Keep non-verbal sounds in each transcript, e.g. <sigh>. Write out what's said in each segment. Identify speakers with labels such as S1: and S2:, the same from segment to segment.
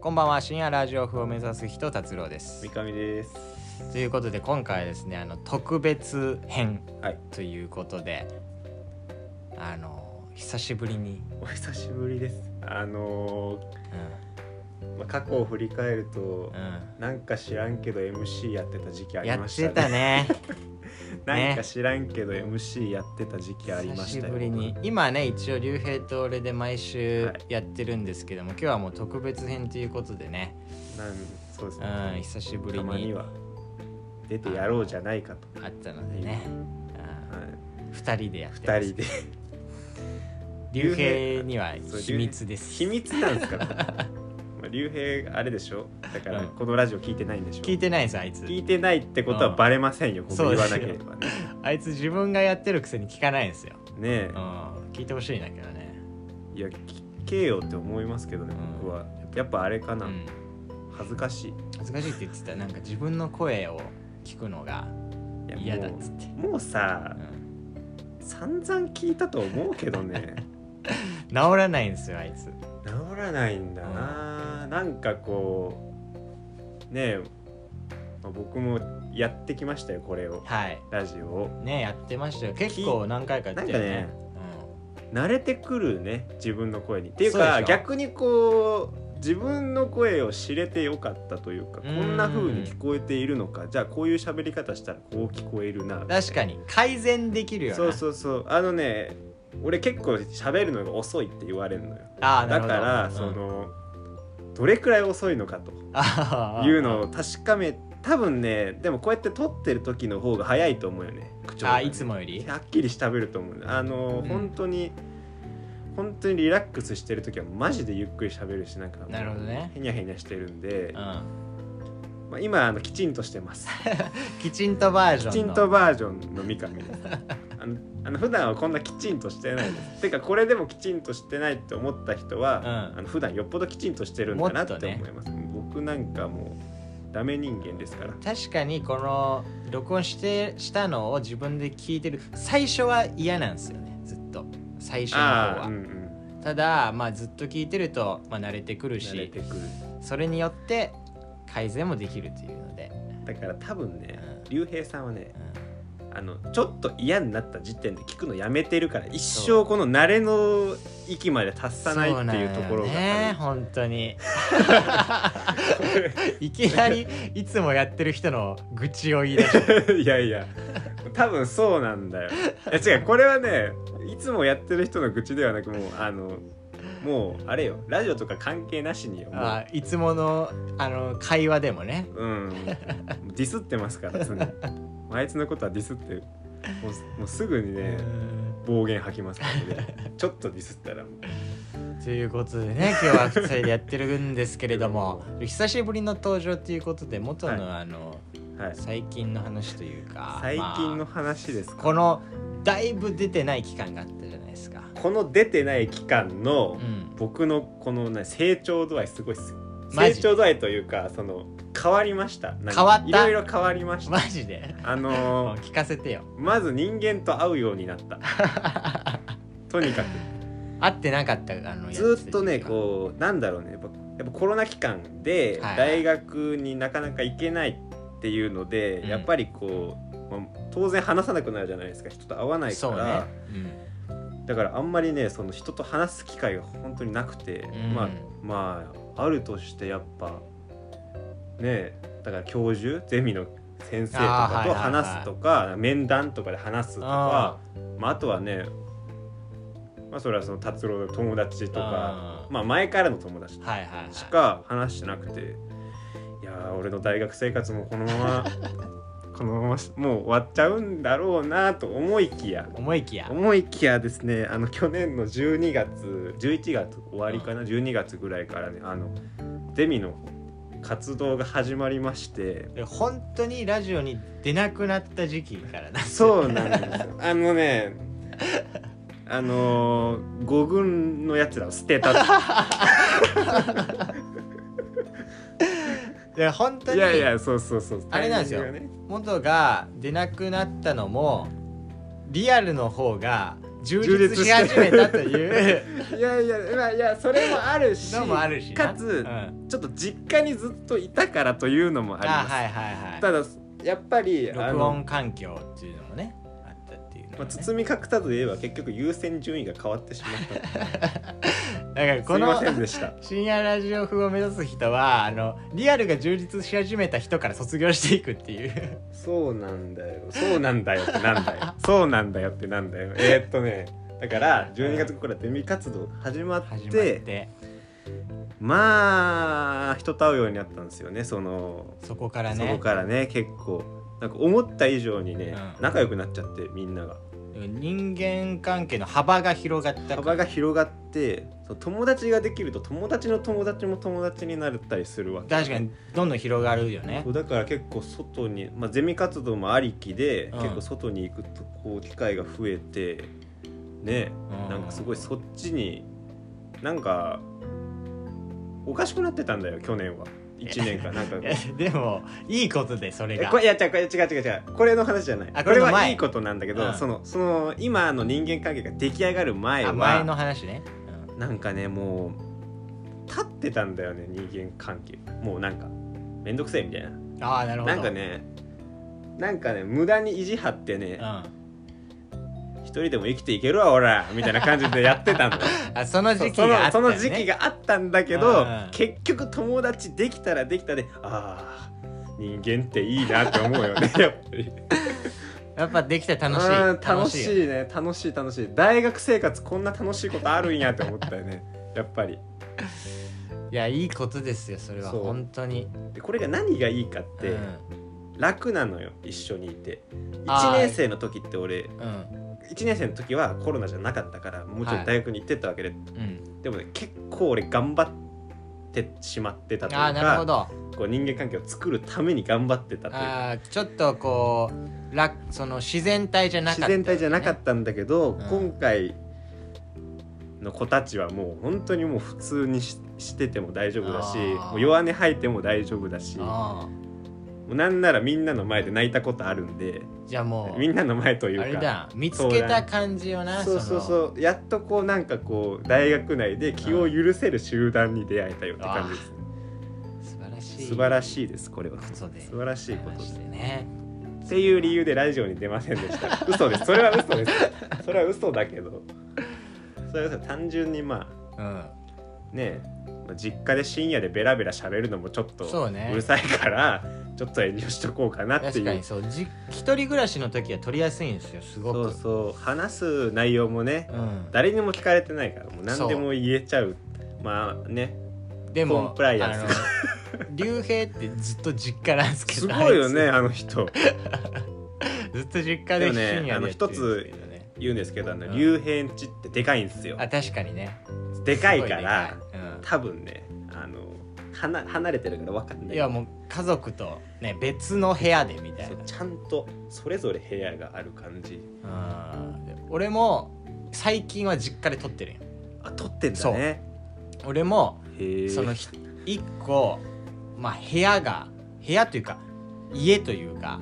S1: こんばんは深夜ラジオ風を目指す人達郎です
S2: 三上です。
S1: ということで今回はですねあの特別編
S2: はい。
S1: ということであの久しぶりに、
S2: お久しぶりです。あの
S1: う
S2: ーまあ、過去を振り返ると
S1: ん、う
S2: なんか知らんけど MC やってた時期あ
S1: ん、
S2: り
S1: や
S2: ま
S1: っ
S2: した
S1: て
S2: ね。
S1: た
S2: <laughs>
S1: ね
S2: なんか知らんけど MC やってた時期ありま
S1: 久
S2: した
S1: し
S2: よ。
S1: ぶりに今ね一応竜兵と俺で毎週
S2: はい
S1: やってるんですけども、今日はもう特別編ということでね、
S2: なんそうです
S1: う
S2: ね。
S1: ん、久しぶり
S2: たまに
S1: に
S2: は出てやろうじゃないかと。
S1: あったのでね、
S2: は
S1: う
S2: い
S1: ん、2人でやって
S2: 二、
S1: ます
S2: 人で
S1: <laughs> 竜兵には
S2: そう
S1: 秘密です
S2: 秘密なんですか
S1: <laughs>
S2: ら。まあ竜兵あれでしょ。だから
S1: うん
S2: このラジオ聞いてないんでしょ。
S1: 聞いてないですあいつ
S2: 聞いてないってことはバレませんよ。ここ
S1: そう
S2: 言
S1: で
S2: わ
S1: す
S2: な
S1: よ
S2: ければね。
S1: あいつ自分がやってるくせに聞かないんですよ、
S2: ねえ。
S1: うん、聞いてほしいんだけどね、
S2: いや聞けよって思いますけどね
S1: うん
S2: 僕は、やっぱあれか
S1: う
S2: な、
S1: ん、
S2: 恥ずかしい
S1: 恥ずかしいって言ってたなんか自分の声を聞くのが
S2: いや
S1: 嫌だっ
S2: も
S1: つって、
S2: うもうさ
S1: うん、
S2: 散々聞いたと思うけど
S1: <laughs>
S2: ね
S1: 治らないんですよあいつ
S2: 治らないんだな、なんかこうねえ、まあ僕もやってきましたよこれを
S1: はい
S2: ラジオを
S1: ねやってましたよ結構何回かやってるよね
S2: なん慣れてくるね自分の声にっていう
S1: そう
S2: か
S1: でしょ
S2: 逆にこう自分の声を知れてよかったというかこんな風に聞こえているのかじゃあこういう喋り方したらこう聞こえるな
S1: うん、確かに改善できるよな
S2: そうそうそうあのね俺結構喋るのが遅いって言われるのよ
S1: ああな
S2: だ
S1: る
S2: か
S1: ほど
S2: ら、
S1: うん
S2: そのどれくらい遅いのかと
S1: ああ
S2: いうのを確かめ多分ねでもこうやって撮ってる時の方が早いと思うよね口調がね
S1: あいつもより
S2: はっきり喋ると思うあの、
S1: うん
S2: 本当に本当にリラックスしてる時はマジでゆっくり喋るしなんかもう
S1: なるほどね
S2: へにゃへにゃしてるんで、
S1: うん
S2: まあ、今あのきちんとしてます
S1: きちんとバージョン
S2: き
S1: の
S2: ちんとバージョンの三上ですあのあの普段はこんなきちんとしてないですてかこれでもきちんとしてないって思った人は、
S1: うん
S2: あの普段よっぽどきちんとしてるんだなって
S1: もっとね
S2: 思います、僕なんかもうダメ人間ですから
S1: 確かにこの録音してしたのを自分で聞いてる最初は嫌なんですよねずっと最初の方
S2: ああ
S1: は、
S2: うんうん
S1: ただまあずっと聞いてると、まあ、慣れてくる
S2: 慣れ
S1: して
S2: くる
S1: それによって改善もできるというので、
S2: だから多分ね
S1: うん
S2: 竜兵さんはね
S1: うん
S2: あのちょっと嫌になった時点で聞くのやめてるから一生この慣れの域まで達さないっていうところ
S1: そうな
S2: が
S1: んよね本当にいきなりいつもやってる人の愚痴を言い出して
S2: いやいや多分そうなんだよいや違うこれはねいつもやってる人の愚痴ではなくもうあのもうあれよラジオとか関係なしによ <laughs> もう
S1: あいつものあの会話でもね
S2: うんディスってますから常にあいつのことはディスってもうもうすぐにね暴言吐きますからねちょっとディスったらもう
S1: ということで
S2: <laughs>
S1: ね今日は2人でやってるんですけれども久しぶりの登場ということで元の,、あの
S2: はい
S1: 最近の話というか
S2: 最近の
S1: ま
S2: 話です
S1: あ
S2: か
S1: このだいぶ出てない期間があったじゃないですか、
S2: この出てない期間の
S1: うん、
S2: 僕のこのね成長度合いすごいっすよ
S1: マ
S2: 成
S1: ジ
S2: 長度合いというかその変わりましたなんか
S1: 変わった
S2: いろいろ変わりました
S1: <laughs> マジで <laughs>
S2: あ
S1: もう
S2: のー
S1: 聞かせてよ
S2: まず人間と会うようになった
S1: <laughs>
S2: とにかく
S1: 会ってなかったあの
S2: ずーっとねこうなんだろうねやっぱやっぱコロナ期間で
S1: はい
S2: 大学になかなか行けないっていうので、
S1: うん
S2: やっぱりこう、まあ当然話さなくなるじゃないですか人と会わないか
S1: そうね
S2: ら、だからあんまりねその人と話す機会が本当になくて、
S1: うん
S2: まあまああるとしてやっぱねだから教授ゼミの先生と
S1: あーは
S2: か
S1: い
S2: と
S1: はいはい
S2: 話すとか面談とかで話すとか。まあ、あとはね、まあ、それはその達郎の友達とか、
S1: ま
S2: まあ、前からの友達
S1: あはいはい、はい、
S2: しか話してなくて、い、やー俺の大学生活もこの
S1: <laughs>
S2: ままこのままもう終わっちゃうんだろうなと思いきや
S1: 思いきや
S2: 思いきやですねあの去年の12月11月終わりかな12月ぐらいからねあのゼミの活動が始まりまして。
S1: で本当にラジオに出なくなった時期から
S2: <laughs>
S1: な
S2: そうなんですよ。 <laughs> あのね、あのー、五軍のやつらを捨てたっ
S1: いや本当
S2: て。い
S1: に
S2: やいや、そうそうそう。
S1: あれなんですよ
S2: タイミングがね
S1: 元が出なくなったのもリアルの方が充実し始めたという
S2: いやいやまあいやそれもあるし
S1: のもあるしな
S2: <laughs> か
S1: う
S2: つ
S1: ん、あ
S2: ちょっと実家にずっといたからというのもあります
S1: はいはいはい
S2: ただやっぱりあ
S1: 録
S2: の
S1: 音環境っていうのもねあったっていうの
S2: ま
S1: も
S2: あ、
S1: ね
S2: 包み隠さず言えば結局優先順位が変わってしまった
S1: だから
S2: す
S1: こ
S2: いません
S1: の
S2: でした
S1: 深夜ラジオ風を目指す人はあのリアルが充実し始めた人から卒業していくって
S2: <laughs>
S1: いう
S2: そうなんだよそうなんだよってなんだよ <laughs> そうなんだよってなんだよえーっとねだから12月からデミ活動始まって
S1: 始まって
S2: まあ人と会うようになったんですよねその
S1: そこから
S2: そ
S1: ね
S2: こからね結構なんか思った以上にね、
S1: うん
S2: 仲良くなっちゃってみんなが
S1: 人間関係の幅が広がった
S2: 幅が広がってそう友達ができると友達の友達も友達になったりするわけ
S1: 確かにどんどん広がるよね
S2: そうだから結構外に、まあ、ゼミ活動もありきで、
S1: うん
S2: 結構外に行くとこう機会が増えてね
S1: うん
S2: なんかすごいそっちになんかおかしくなってたんだよ去年は1年間なん
S1: <laughs>
S2: か
S1: いやでもいいことでそれ
S2: え
S1: が
S2: これいや違うこれ違う違う違うこれの話じゃない
S1: あ
S2: こ
S1: これ
S2: れ
S1: の前
S2: はいいことなんだけど、
S1: うん
S2: そのその今の人間関係が出来上がる前は
S1: あ前の話ね、うん
S2: なんかねもう立ってたんだよね人間関係もうなんかめんどくせえみたいな
S1: ああなるほど
S2: なんかねなんかね無駄に意地張ってね
S1: うん、あ
S2: 一人でも生きていけるわおらみたいな感じでやってたの
S1: その <laughs>
S2: そ
S1: 時
S2: う
S1: 期
S2: そ
S1: があ
S2: の
S1: った
S2: そ
S1: よ、ね、
S2: の時期があったんだけ
S1: う
S2: ど
S1: んうん
S2: 結局友達できたらできたであー人間っていいなって思う
S1: <laughs>
S2: よねやっぱり
S1: やっぱできて楽しい
S2: うん楽し
S1: よ
S2: いね楽しい楽しい大学生活こんな楽しいことあるんやって思ったよねやっぱり
S1: いやいいことですよそれは
S2: そう
S1: 本当に
S2: でこれが何がいいかって、
S1: うん
S2: 楽なのよ一緒にいて
S1: あ
S2: 1
S1: ー
S2: 年生の時って俺
S1: うん
S2: 1年生の時はコロナじゃなかったからもうちょい大学に行ってったわけで、
S1: うん
S2: でもね結構俺頑張ってしまってたという
S1: ああなるほ
S2: か
S1: ど
S2: こう人間関係を作るために頑張ってたというか
S1: あーちょっとこう楽その自然体じゃなかった、
S2: 自然体じゃなか
S1: た
S2: ったんだけ
S1: う
S2: ど、
S1: ん
S2: 今回の子たちはもう本当にもう普通にししてても大丈夫だし
S1: あー
S2: もう弱音吐いても大丈夫だしも
S1: あ
S2: うなんならみんなの前で泣いたことあるんで
S1: ーじゃあも
S2: み
S1: うん
S2: なの前という
S1: あれ
S2: か。
S1: だ見つけた感じよな
S2: そうそう
S1: う
S2: そうやっとこうなんかこう大学内で気を許せる集団に出会えたよって感じです、
S1: 素晴らしい
S2: 素晴らしいですこれは
S1: ことで
S2: 素晴らしいこと
S1: ござま
S2: で
S1: し
S2: す
S1: てね
S2: っていう理由でラジオに出ませんでした嘘ですそれは嘘ですそれは嘘だけどそれは単純にま
S1: うん
S2: あねまあ実家で深夜でベラベラ喋るのもちょっと
S1: そうね
S2: うるさいからちょっと遠慮しとこうかなって
S1: 確か
S2: いう
S1: にそうじ一人暮らしの時は取りやすいんですよすご
S2: そ
S1: く
S2: うそう話す内容もね
S1: うん、
S2: 誰にも聞かれてないからもう何でも言えちゃうまあね
S1: でも
S2: コンプライアンスが
S1: あの竜兵ってずっと実家なんですけど
S2: すごいよねあの人
S1: あいつずっと実家で深夜でやってるんですけどね
S2: 言うんですけどあの
S1: うん
S2: 竜兵んちってでかいんですよ
S1: あ確かにね
S2: でかいから
S1: すごいでかいうん
S2: 多分ねあの離離れてるから分かんない
S1: いやもう家族とね別の部屋でみたい
S2: そう
S1: な
S2: ちゃんとそれぞれ部屋がある感じ
S1: うん俺も最近は実家で撮ってるよ
S2: あ撮ってんだね
S1: 俺も
S2: へえ
S1: そのひ一個まあ部屋が部屋というか家というか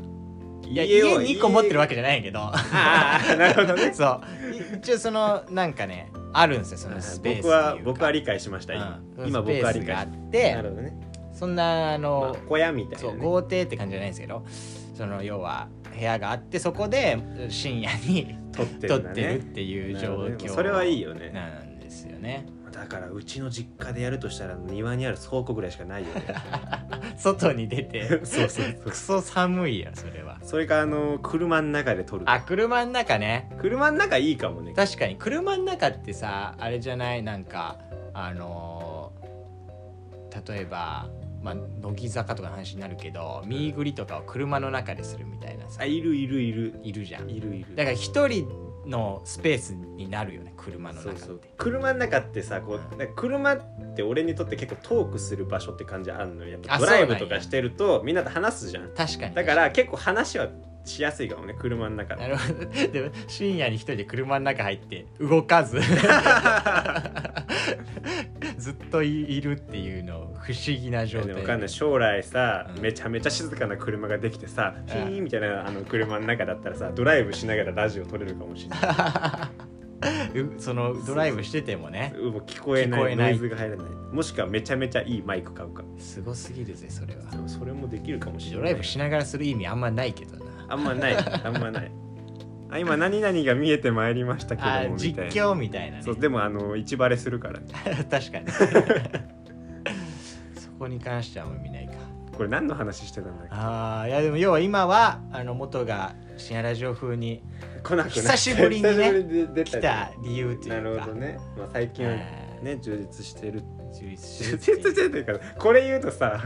S1: いや家に一個持ってるわけじゃないけど <laughs>
S2: ああなるほどね
S1: そうい一応そのなんかねあるんですよ <laughs> そのスペース
S2: 僕は僕は
S1: 理
S2: 理解しました今
S1: うん、
S2: 今僕は理
S1: スペースがあ
S2: 解し
S1: って
S2: なるほどね
S1: そんなあ
S2: まあ
S1: の、
S2: 小屋みたい
S1: そ
S2: な
S1: う
S2: ね
S1: 豪邸って感じじゃないんですけどその要は部屋があってそこで深夜に
S2: 撮って
S1: 撮
S2: るん
S1: っ
S2: だ
S1: てるっ
S2: ね
S1: ていう状
S2: なるほどね
S1: 況
S2: それはいいよね
S1: なんですよね
S2: だからうちの実家でやるとしたら庭にある倉庫ぐらいしかないよね
S1: 外に出て
S2: <laughs> そうそうそう
S1: クソ寒いやそれは
S2: それかあの車の中で撮る
S1: あ車の中ね
S2: 車の中いいかもね
S1: 確かに車の中ってさあれじゃないなんかあのー例えば、まあ、乃木坂とかの話になるけど見ぐりとかを車の中でするみたいなさ
S2: あいるいるいる
S1: いるじゃん
S2: いるいる
S1: だから一人のスペースになるよね車の中
S2: そ
S1: っ
S2: う
S1: て
S2: そう車の中ってさこう
S1: うん
S2: なんか車って俺にとって結構トークする場所って感じあるのよやっぱ
S1: あ
S2: ドライブ
S1: そ
S2: と
S1: うなん
S2: か
S1: や
S2: してるとみんなと話すじゃん
S1: 確かに
S2: だから結構話はしやすいかもね車の中
S1: な
S2: で
S1: るほどでも深夜に一人で車の中入って動か
S2: <laughs>
S1: ずずっといいるっていうの不思議な状
S2: で
S1: 態
S2: もわかんない将来さ、
S1: うん
S2: めちゃめちゃ静かな車ができてさ、
S1: ん <laughs>
S2: ピーみたいなあの車の中だったらさドライブしながらラジオ撮れるかもしれない
S1: うそのドライブしててもね
S2: もう聞こえない
S1: 聞こえない
S2: ノイズが入らないもしくはめちゃめちゃいいマイク買うか
S1: すごすぎるぜそれは
S2: でもそれもできるかもしれ
S1: ド
S2: な
S1: ラ
S2: い
S1: イブしながらする意味あんまないけどな
S2: あんまないあんまないあ今何々が見えてまいりましたけ
S1: あ
S2: どもみ
S1: 実
S2: たいな
S1: 況みたいなね
S2: そうでもあの一バレするからね
S1: 確か
S2: <laughs>
S1: にそこに関してはあんま見ないか
S2: これ何の話してたんだっ
S1: あーいやでも要は今はあの元が深夜ラジオ風に
S2: け来なくなった
S1: 久しぶりにね
S2: 久しぶりに出
S1: 来
S2: た
S1: た理由というか
S2: なるほどね、まあ、最近はね
S1: え
S2: 充実してる
S1: ー充実
S2: 充実
S1: してるっていう
S2: してるからこれ言うとさ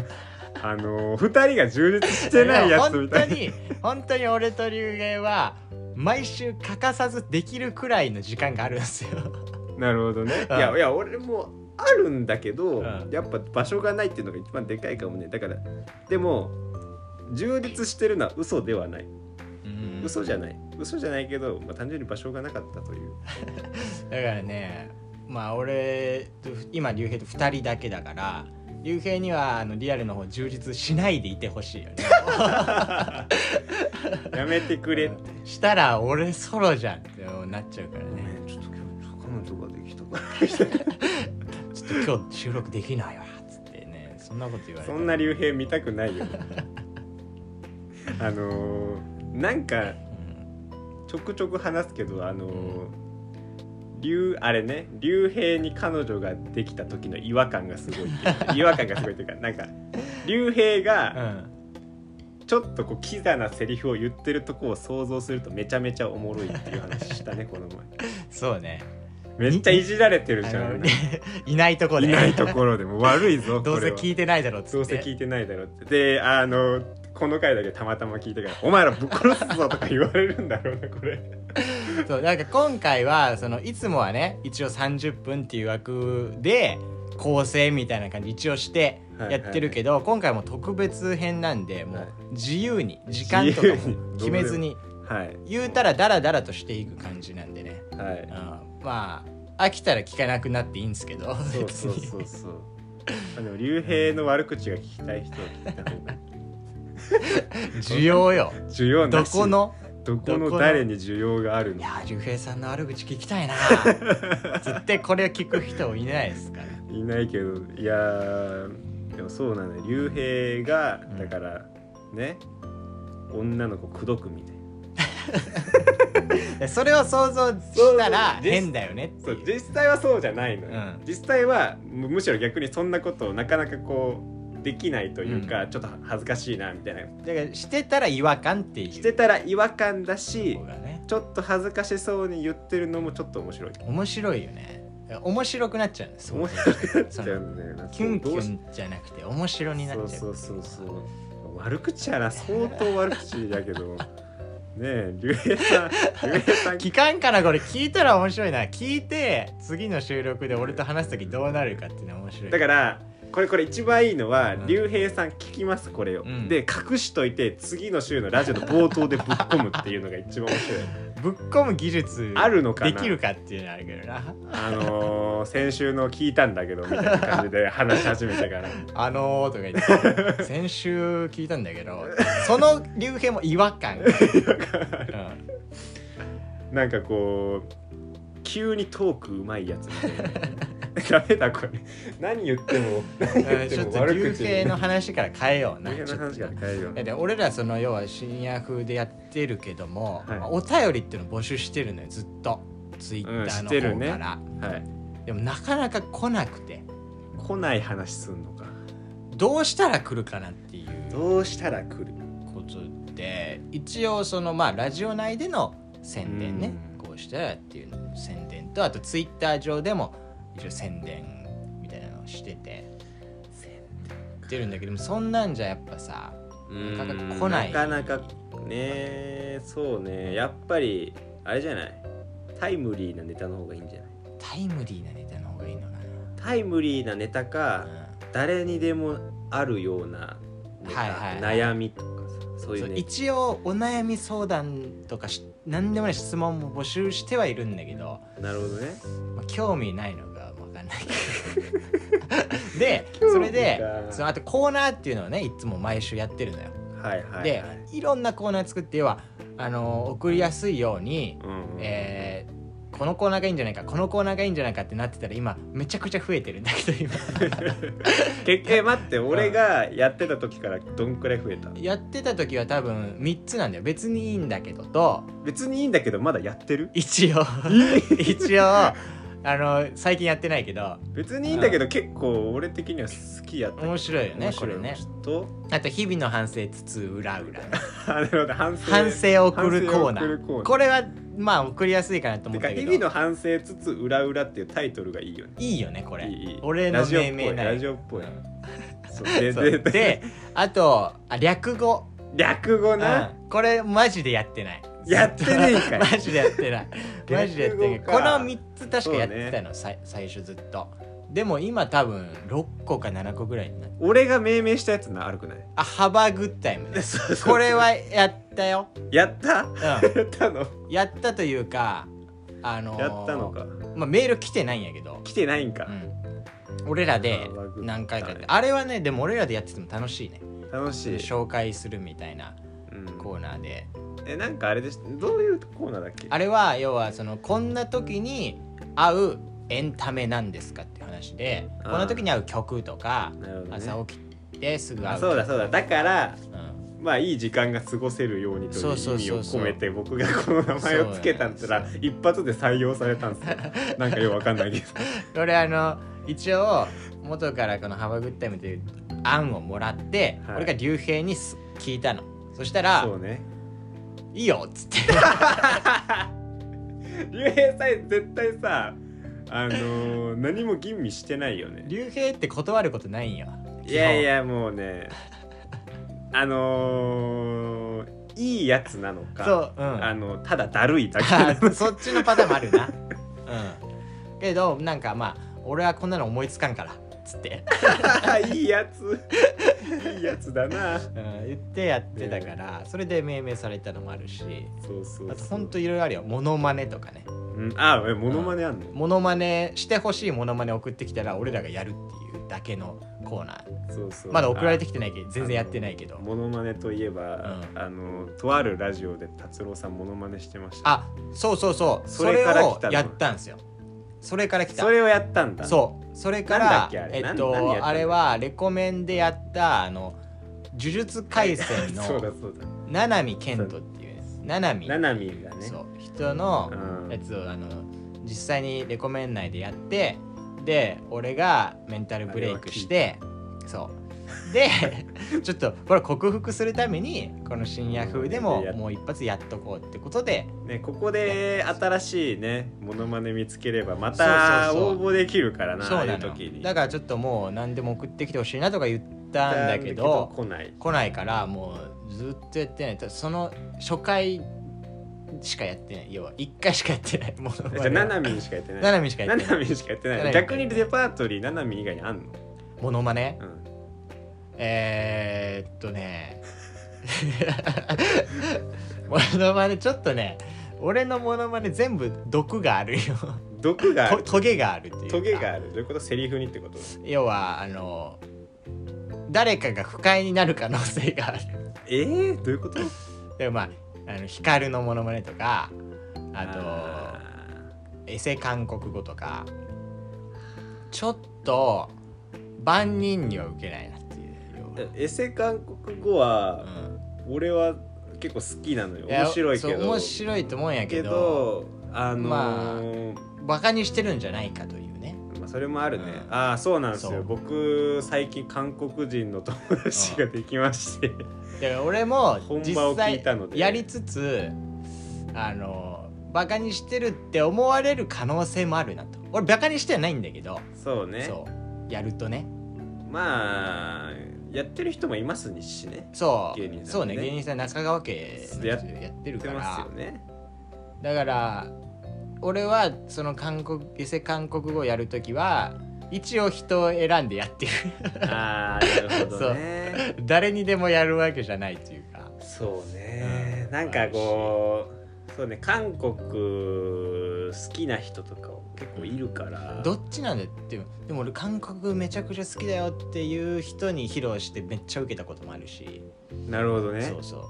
S2: あの2人が充実してないやつみたいな
S1: でも本当に本当に俺と龍平は毎週欠かさずできるくらいの時間があるんですよ
S2: なるほどね。い
S1: うん
S2: やいや俺もあるんだけど、
S1: うん
S2: やっぱ場所がないっていうのが一番でかいかもね。だからでも充実してるのは嘘ではない。
S1: うん
S2: 嘘じゃない。嘘じゃないけど、まあ、単純に場所がなかったという。
S1: だからねまあ俺と今竜兵と2人だけだから竜兵にはあのリアルの方充実しないでいてほしいよね
S2: やめてくれって。
S1: したら俺ソロじゃんってなっちゃうからね
S2: ちょっと今日彼女ができたから。
S1: ちょっと今日収録できないわっつってねそんなこと言われて
S2: そんな竜兵見たくないよ。あのーなんか
S1: うん
S2: ちょくちょく話すけどあのー竜あれね竜兵に彼女ができた時の違和感がすごいっていう違和感がすごいというかなんか竜兵
S1: う
S2: が
S1: ん
S2: ちょっとこうキザなセリフを言ってるとこを想像するとめちゃめちゃおもろいっていう話したねこの
S1: そうね
S2: 前めっちゃいじられてる
S1: あ
S2: じゃ
S1: の <laughs>
S2: ん
S1: いないとこで
S2: いないところでも悪いぞ
S1: どうせ
S2: これ
S1: 聞
S2: はい
S1: てないだろうっつって
S2: どうせ聞いてないだろうってであのこの回だけたまたま聞いたから「お前らぶっ殺すぞ」とか言われるんだろうなこれ。
S1: そうなんか今回はそのいつもはね一応30分っていう枠で構成みたいな感じ一応してやってるけど、今回も特別編なんでも
S2: はいう
S1: 自由に時間とか
S2: 自由
S1: も
S2: に
S1: 決めずに
S2: はい、
S1: 言うたらダラダラとしていく感じなんでね、
S2: はい
S1: うん、まあ飽きたら聞かなくなっていいんですけど
S2: そう
S1: 別
S2: そう
S1: に
S2: そうそう。あの竜兵の悪口が聞きたい人は聞いた方が
S1: 需要よ
S2: 需要
S1: ど
S2: <laughs> なし。
S1: この
S2: どこの誰に需要がある
S1: い
S2: の。
S1: やー竜兵さんの悪口聞きたいなつってこれを聞く人いないですから
S2: いないけど、いやーでもそうなのよ。竜兵が
S1: うん
S2: だからね、女の子口説くみたいな。
S1: でそれを想像したら変だよねって
S2: そ
S1: いうう
S2: 実際はそうじゃないの
S1: う
S2: よ、
S1: ん
S2: 実際はむむしろ逆にそんなことをなかなかこうできないというか、
S1: うん
S2: ちょっと恥ずかしいなみたいな
S1: だからしてたら違和感っていう
S2: してたら違和感だし
S1: 方がね
S2: ちょっと恥ずかしそうに言ってるのもちょっと面白い
S1: 面白いよね面白くなっちゃうんです
S2: 面白くなっちゃ
S1: そ
S2: う
S1: の
S2: んだよな。
S1: キュンキ
S2: どう
S1: ュ
S2: し
S1: ンじゃなくて面白になっちゃう
S2: そうそうそうそう。悪口やな、相当悪口だ
S1: <laughs>
S2: けど。ねえ、竜兵さん、竜兵さん、
S1: 聞かんかなこれ聞いたら面白いな聞いて次の収録で俺と話す時どうなるかっていうのは面白い
S2: だから、これこれ一番いいのは、
S1: うん
S2: 竜兵さん聞きます、これを。
S1: うん
S2: で、隠しといて、次の週のラジオの冒頭でぶっ込むっていうのが一番面白い。
S1: ぶっ込む技術
S2: あるのかな
S1: できるかっていうのはあるけどな
S2: あのー、先週の聞いたんだけど、みたいな感じで話し始めたから。
S1: 「あのー」とか言って先週聞いたんだけ
S2: <laughs>
S1: どその流兵も違和感が、うん
S2: なんかこう急にトークうまいやつみたいなダメだこれ何言っても何言っ
S1: ちょ
S2: て
S1: っ
S2: も
S1: と
S2: 悪
S1: 竜
S2: 口
S1: 兵の話から変えような
S2: 竜兵の話から変えよう
S1: えで俺らその要は深夜風でやってるけども、
S2: はい
S1: まあお便りっていうの募集してるのよずっとツイッター
S2: うんしてる
S1: の
S2: ね
S1: 方から、
S2: はい
S1: でもなかなか来なくて
S2: 来ない話すんのか
S1: どうしたら来るかなっていう
S2: どうしたら来る
S1: ことで一応そのまあラジオ内での宣伝ね
S2: うん
S1: こうしたらっていうの宣伝とあとツイッター上でも一応宣伝みたいなのをしてて出るんだけどもそんなんじゃやっぱさなかなか来ない
S2: なかなかねそうねやっぱりあれじゃないタイムリーなネタの方がいいんじゃない
S1: タイムリーなネタの方がいいのか
S2: タイムリーなネタ
S1: な、
S2: か
S1: うん
S2: 誰にでもあるようなネタ、
S1: はいはい
S2: 悩みとかさそうい
S1: そうう
S2: ネタ
S1: 一応お悩み相談とかし何でもない質問も募集してはいるんだけど、
S2: なるほどね
S1: まあ、興味ないのが分かんない
S2: <laughs>
S1: けどで
S2: 興味か
S1: それでそのあとコーナーっていうのをねいつも毎週やってるのよ、
S2: はいはいはい
S1: でいろんなコーナー作って要はあの送りやすいように、
S2: うんうん
S1: えーこのコーナーがいいんじゃないかこのコーナーがいいんじゃないかってなってたら今めちゃくちゃ増えてるんだけど今
S2: 結 <laughs> 局待って俺がやってた時からどんくらい増えた
S1: やってた時は多分3つなんだよ別にいいんだけどと
S2: 別にいいんだけどまだやってる
S1: 一
S2: <laughs>
S1: 応一応あの最近やってないけど
S2: 別にいいんだけど結構俺的には好きやった
S1: 面白いよね
S2: 面白い
S1: これね
S2: と <laughs>
S1: あと日々の反省つつ裏裏
S2: あなるほど反省
S1: 反省を送るコーナ
S2: 反省を送るコ
S1: ー
S2: ーナー
S1: これはまあ送りやすいかなと思
S2: て
S1: った
S2: か
S1: けど
S2: 日々の反省つつ裏裏っていうタイトルがいいよね
S1: いいよねこれ
S2: いいいい
S1: 俺の命名な
S2: ラジ
S1: い
S2: オっぽいラジオっぽい
S1: そ
S2: そう
S1: う
S2: でで
S1: であとあ略語、
S2: 略語な
S1: うんこれマジでやってない
S2: やってねえんか
S1: <laughs>
S2: い
S1: マジでやって
S2: <laughs>
S1: ないマジでやってない
S2: 略語
S1: この
S2: か
S1: 3つ確かやってたの、さい最初ずっとでも今多分6個か7個ぐらいになって
S2: 俺が命名したやつな悪くない
S1: あ幅グッタイムね
S2: そうそう
S1: これはやったよ、
S2: やった <laughs>
S1: う
S2: やったの
S1: ん、やったというかあのー
S2: やったのか
S1: まあ、メール来てないんやけど、
S2: 来てないんか
S1: うん、俺らで
S2: 幅グッタイム
S1: 何回かやってあれはねでも俺らでやってても楽しいね
S2: 楽しい
S1: 紹介するみたいな
S2: うん
S1: コーナーで
S2: えなんかあれでしどういうコーナーだっけ
S1: あれは要はそのこんな時に合うエンタメなんですかっていう話で
S2: あ
S1: こ
S2: ー
S1: んな時に合う曲とか
S2: なるほどね
S1: 朝起きてすぐ合
S2: あ
S1: う
S2: そうだそうだだから
S1: 曲、うん
S2: まあいい時間が過ごせるようにという
S1: そうそう
S2: 意味
S1: そ
S2: を
S1: うそう
S2: 込めて僕がこの名前を付けたんだったら
S1: そ
S2: 一発で採用されたんです
S1: <laughs>
S2: よなんかよくわかんないけど
S1: 俺あの一応元からこの「ハバグッタイム」という案をもらって、
S2: はい
S1: 俺が竜兵にす聞いたの <laughs> そしたら
S2: そうね
S1: 「いいよ」っつって <laughs>
S2: 竜兵さん絶対さあのー何も吟味してない
S1: <laughs>
S2: よね
S1: 竜兵って断ることないんよ
S2: いやいやもうねあのーいいやつなの
S1: 基
S2: か
S1: 本そううん
S2: あのただだるいだけな
S1: <laughs> あ
S2: の
S1: ーそっちのパターンもあるな。うん。けど、なんかまあ、俺はこんなの思いつかんから、つって、
S2: か <laughs> いいやついいやつだな
S1: うん、言ってやってたから、それで命名されたのもあるし、
S2: そうそう
S1: あと
S2: そ
S1: ほ
S2: うん
S1: といろいろあるよ。モノマネとかね。
S2: うん、あえモノマネあんの、
S1: モノマネしてほしいモノマネ送ってきたら、俺らがやるっていうだけのコーナー。
S2: そうそう
S1: まだ送られてきてないけど、全然やってないけど
S2: あ。モノマネといえば、
S1: う
S2: あのとあるラジオで達郎さんモノマネしてました
S1: あ、そうそうそう。そ
S2: そ
S1: れ
S2: れから
S1: を
S2: 来たの
S1: やったんですよ。それから来た
S2: そ。れをやったんだ
S1: そうそれか
S2: なんだ
S1: ら
S2: っけあれ
S1: えっ
S2: なん何やったん
S1: と
S2: だ
S1: あれはレコメンでやったあの呪術廻戦
S2: <laughs> そうだ
S1: の
S2: そうだ
S1: 七海健人っていうね七海
S2: ななみがね
S1: そう人の
S2: うん
S1: やつをあの実際にレコメン内でやってで俺がメンタルブレイクしてそう
S2: <laughs>
S1: でちょっとこれ克服するためにこの深夜風でももう一発やっとこうってことで
S2: ね、ここで新しいねモノマネ見つければま
S1: そ
S2: た
S1: うそう
S2: 応
S1: そ
S2: 募できるからな
S1: そうな
S2: ああい
S1: の
S2: う時に
S1: だからちょっともう何でも送ってきてほしいなとか言ったんだけど
S2: 来ない
S1: 来ないからもうずっとやってないただその初回しかやってない要は1回しかやってないもう
S2: じゃあななみにしかやってない
S1: 七海しかや
S2: な
S1: ってな
S2: ないみにしかやって
S1: な
S2: な
S1: ないみ
S2: 逆にレパートリーななみ以外にあんの、
S1: モノマネ
S2: うん、
S1: えー、っとね <laughs> モノマネちょっとね俺のモノマネ全部毒があるよ
S2: 毒があ
S1: と
S2: る
S1: トゲがあるっていうか
S2: トゲがあるどういうことセリフにってこと
S1: 要はあの誰かが不快になる可能性がある
S2: えー、どういうこと
S1: でもまああの光のモノマネとかあと
S2: あ
S1: エセ韓国語とかちょっと万人には受けないなっていう
S2: ー
S1: 要
S2: エセ韓国語
S1: は
S2: は
S1: うん
S2: 俺は結構好きなのよ
S1: や
S2: 面白いけ
S1: そう
S2: ど
S1: 面白いと思うんやけ
S2: け
S1: ど
S2: どあのー
S1: まバカにしてるんじゃないかというね
S2: まあ、それもあるね、
S1: うん
S2: ああそうなんです
S1: そ
S2: よ
S1: う
S2: 僕最近韓国人の友達ができまして、
S1: だから俺も
S2: ほん
S1: 実
S2: まを聞い
S1: 際
S2: たので
S1: やりつつあのバカにしてるって思われる可能性もあるなと俺バカにしてはないんだけど、
S2: <laughs> そうね
S1: そうやるとね
S2: まあやってる人もいますしね
S1: そう
S2: 芸人さんね
S1: そうね芸人さん中川家の人
S2: や
S1: や
S2: っ
S1: ってる
S2: やって
S1: から
S2: ますよ
S1: <laughs>
S2: ね
S1: だから俺はその韓国エセ韓国語やるときは一応人を選んでやってる <laughs>
S2: ああなるほどね
S1: 誰にでもやるわけじゃないっていうか
S2: そうね、
S1: うん
S2: なんかこうそうね韓国好きな人とか結構いるから
S1: どっちなんだよっていうでも俺韓国めちゃくちゃ好きだよっていう人に披露してめっちゃ受けたこともあるし、
S2: なるほどね
S1: そうそう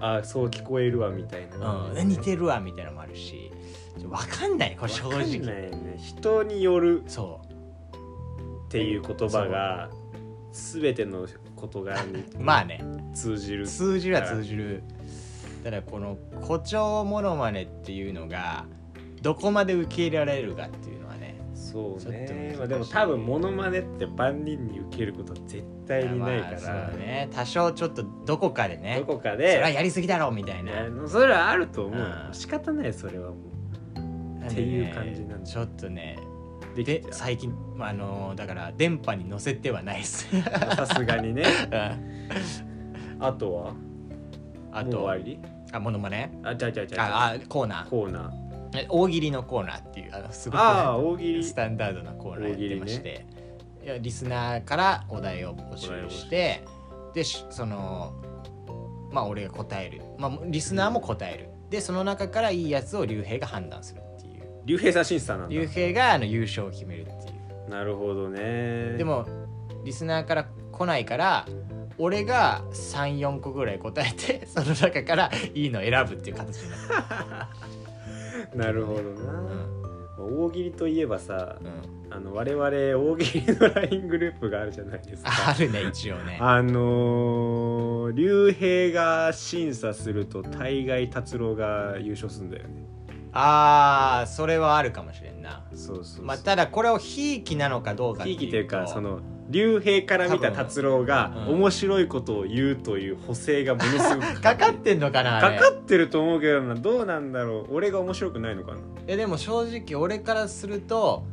S2: あそう聞こえるわみたいな、
S1: うん、似てるわみたいなのもあるしちょ分かんないこれ正
S2: わかんない
S1: 直
S2: ね人による
S1: そ
S2: っていう言葉が全ての事柄に
S1: うまあね
S2: 通じる
S1: 通じるは通じるただこの誇張モノマネっていうのがどこまで受け入れられるかっていうのはね
S2: そう
S1: ちょっと難
S2: ね
S1: しい
S2: まあ、でも多分モノマネって万人に受けることは絶対にないから、
S1: まあそうね多少ちょっとどこかでね
S2: どこか
S1: それは
S2: で
S1: やりすぎだろうみたいな
S2: ねそれはあると思うよ
S1: うん
S2: 仕方ないそれはも
S1: なんでね
S2: っていう感じなんだ
S1: ちょっとね
S2: うでき
S1: で
S2: ちゃ
S1: 最近、まあ、あのだから電波に乗せてはないです、
S2: う <laughs> さすがにね
S1: うん
S2: あとは
S1: あ
S2: もう
S1: と
S2: 終わり
S1: あモノマネ
S2: あじゃあじゃあじゃあ
S1: ああコーナー
S2: コーナー
S1: え大喜利のコーナーっていうあのすごく
S2: ああ大喜利
S1: スタンダードなコーナーやってまして、いやリスナーからお題を募集してでしそのまあ俺が答える、まあ、リスナーも答えるでその中からいいやつを竜兵が判断するっていう
S2: 竜兵さん審査なんだ
S1: 竜兵があの優勝を決めるっていう
S2: なるほどね
S1: でもリスナーから来ないから俺が34個ぐらい答えて <laughs> その中からいいのを選ぶっていう形になった、
S2: なるほど
S1: う
S2: な、
S1: ん
S2: 大喜利といえばさ
S1: うん、
S2: あの我々大喜利の LINE グループがあるじゃないですか
S1: あるね一応ね
S2: あのー、竜兵が審査すると大概達郎が優勝するんだよね
S1: あーそれはあるかもしれんな
S2: そうそうそう
S1: まあ、ただこれをひいきなのかどうか
S2: ひいきというか
S1: と
S2: その竜兵から見た達郎が
S1: 多分うん
S2: 面白いことを言うという補正がものすごく
S1: かかっ
S2: る
S1: てんのかなあ
S2: か
S1: れ
S2: かってると思うけどなどうなんだろう俺が面白くないのかな
S1: えでも正直俺からすると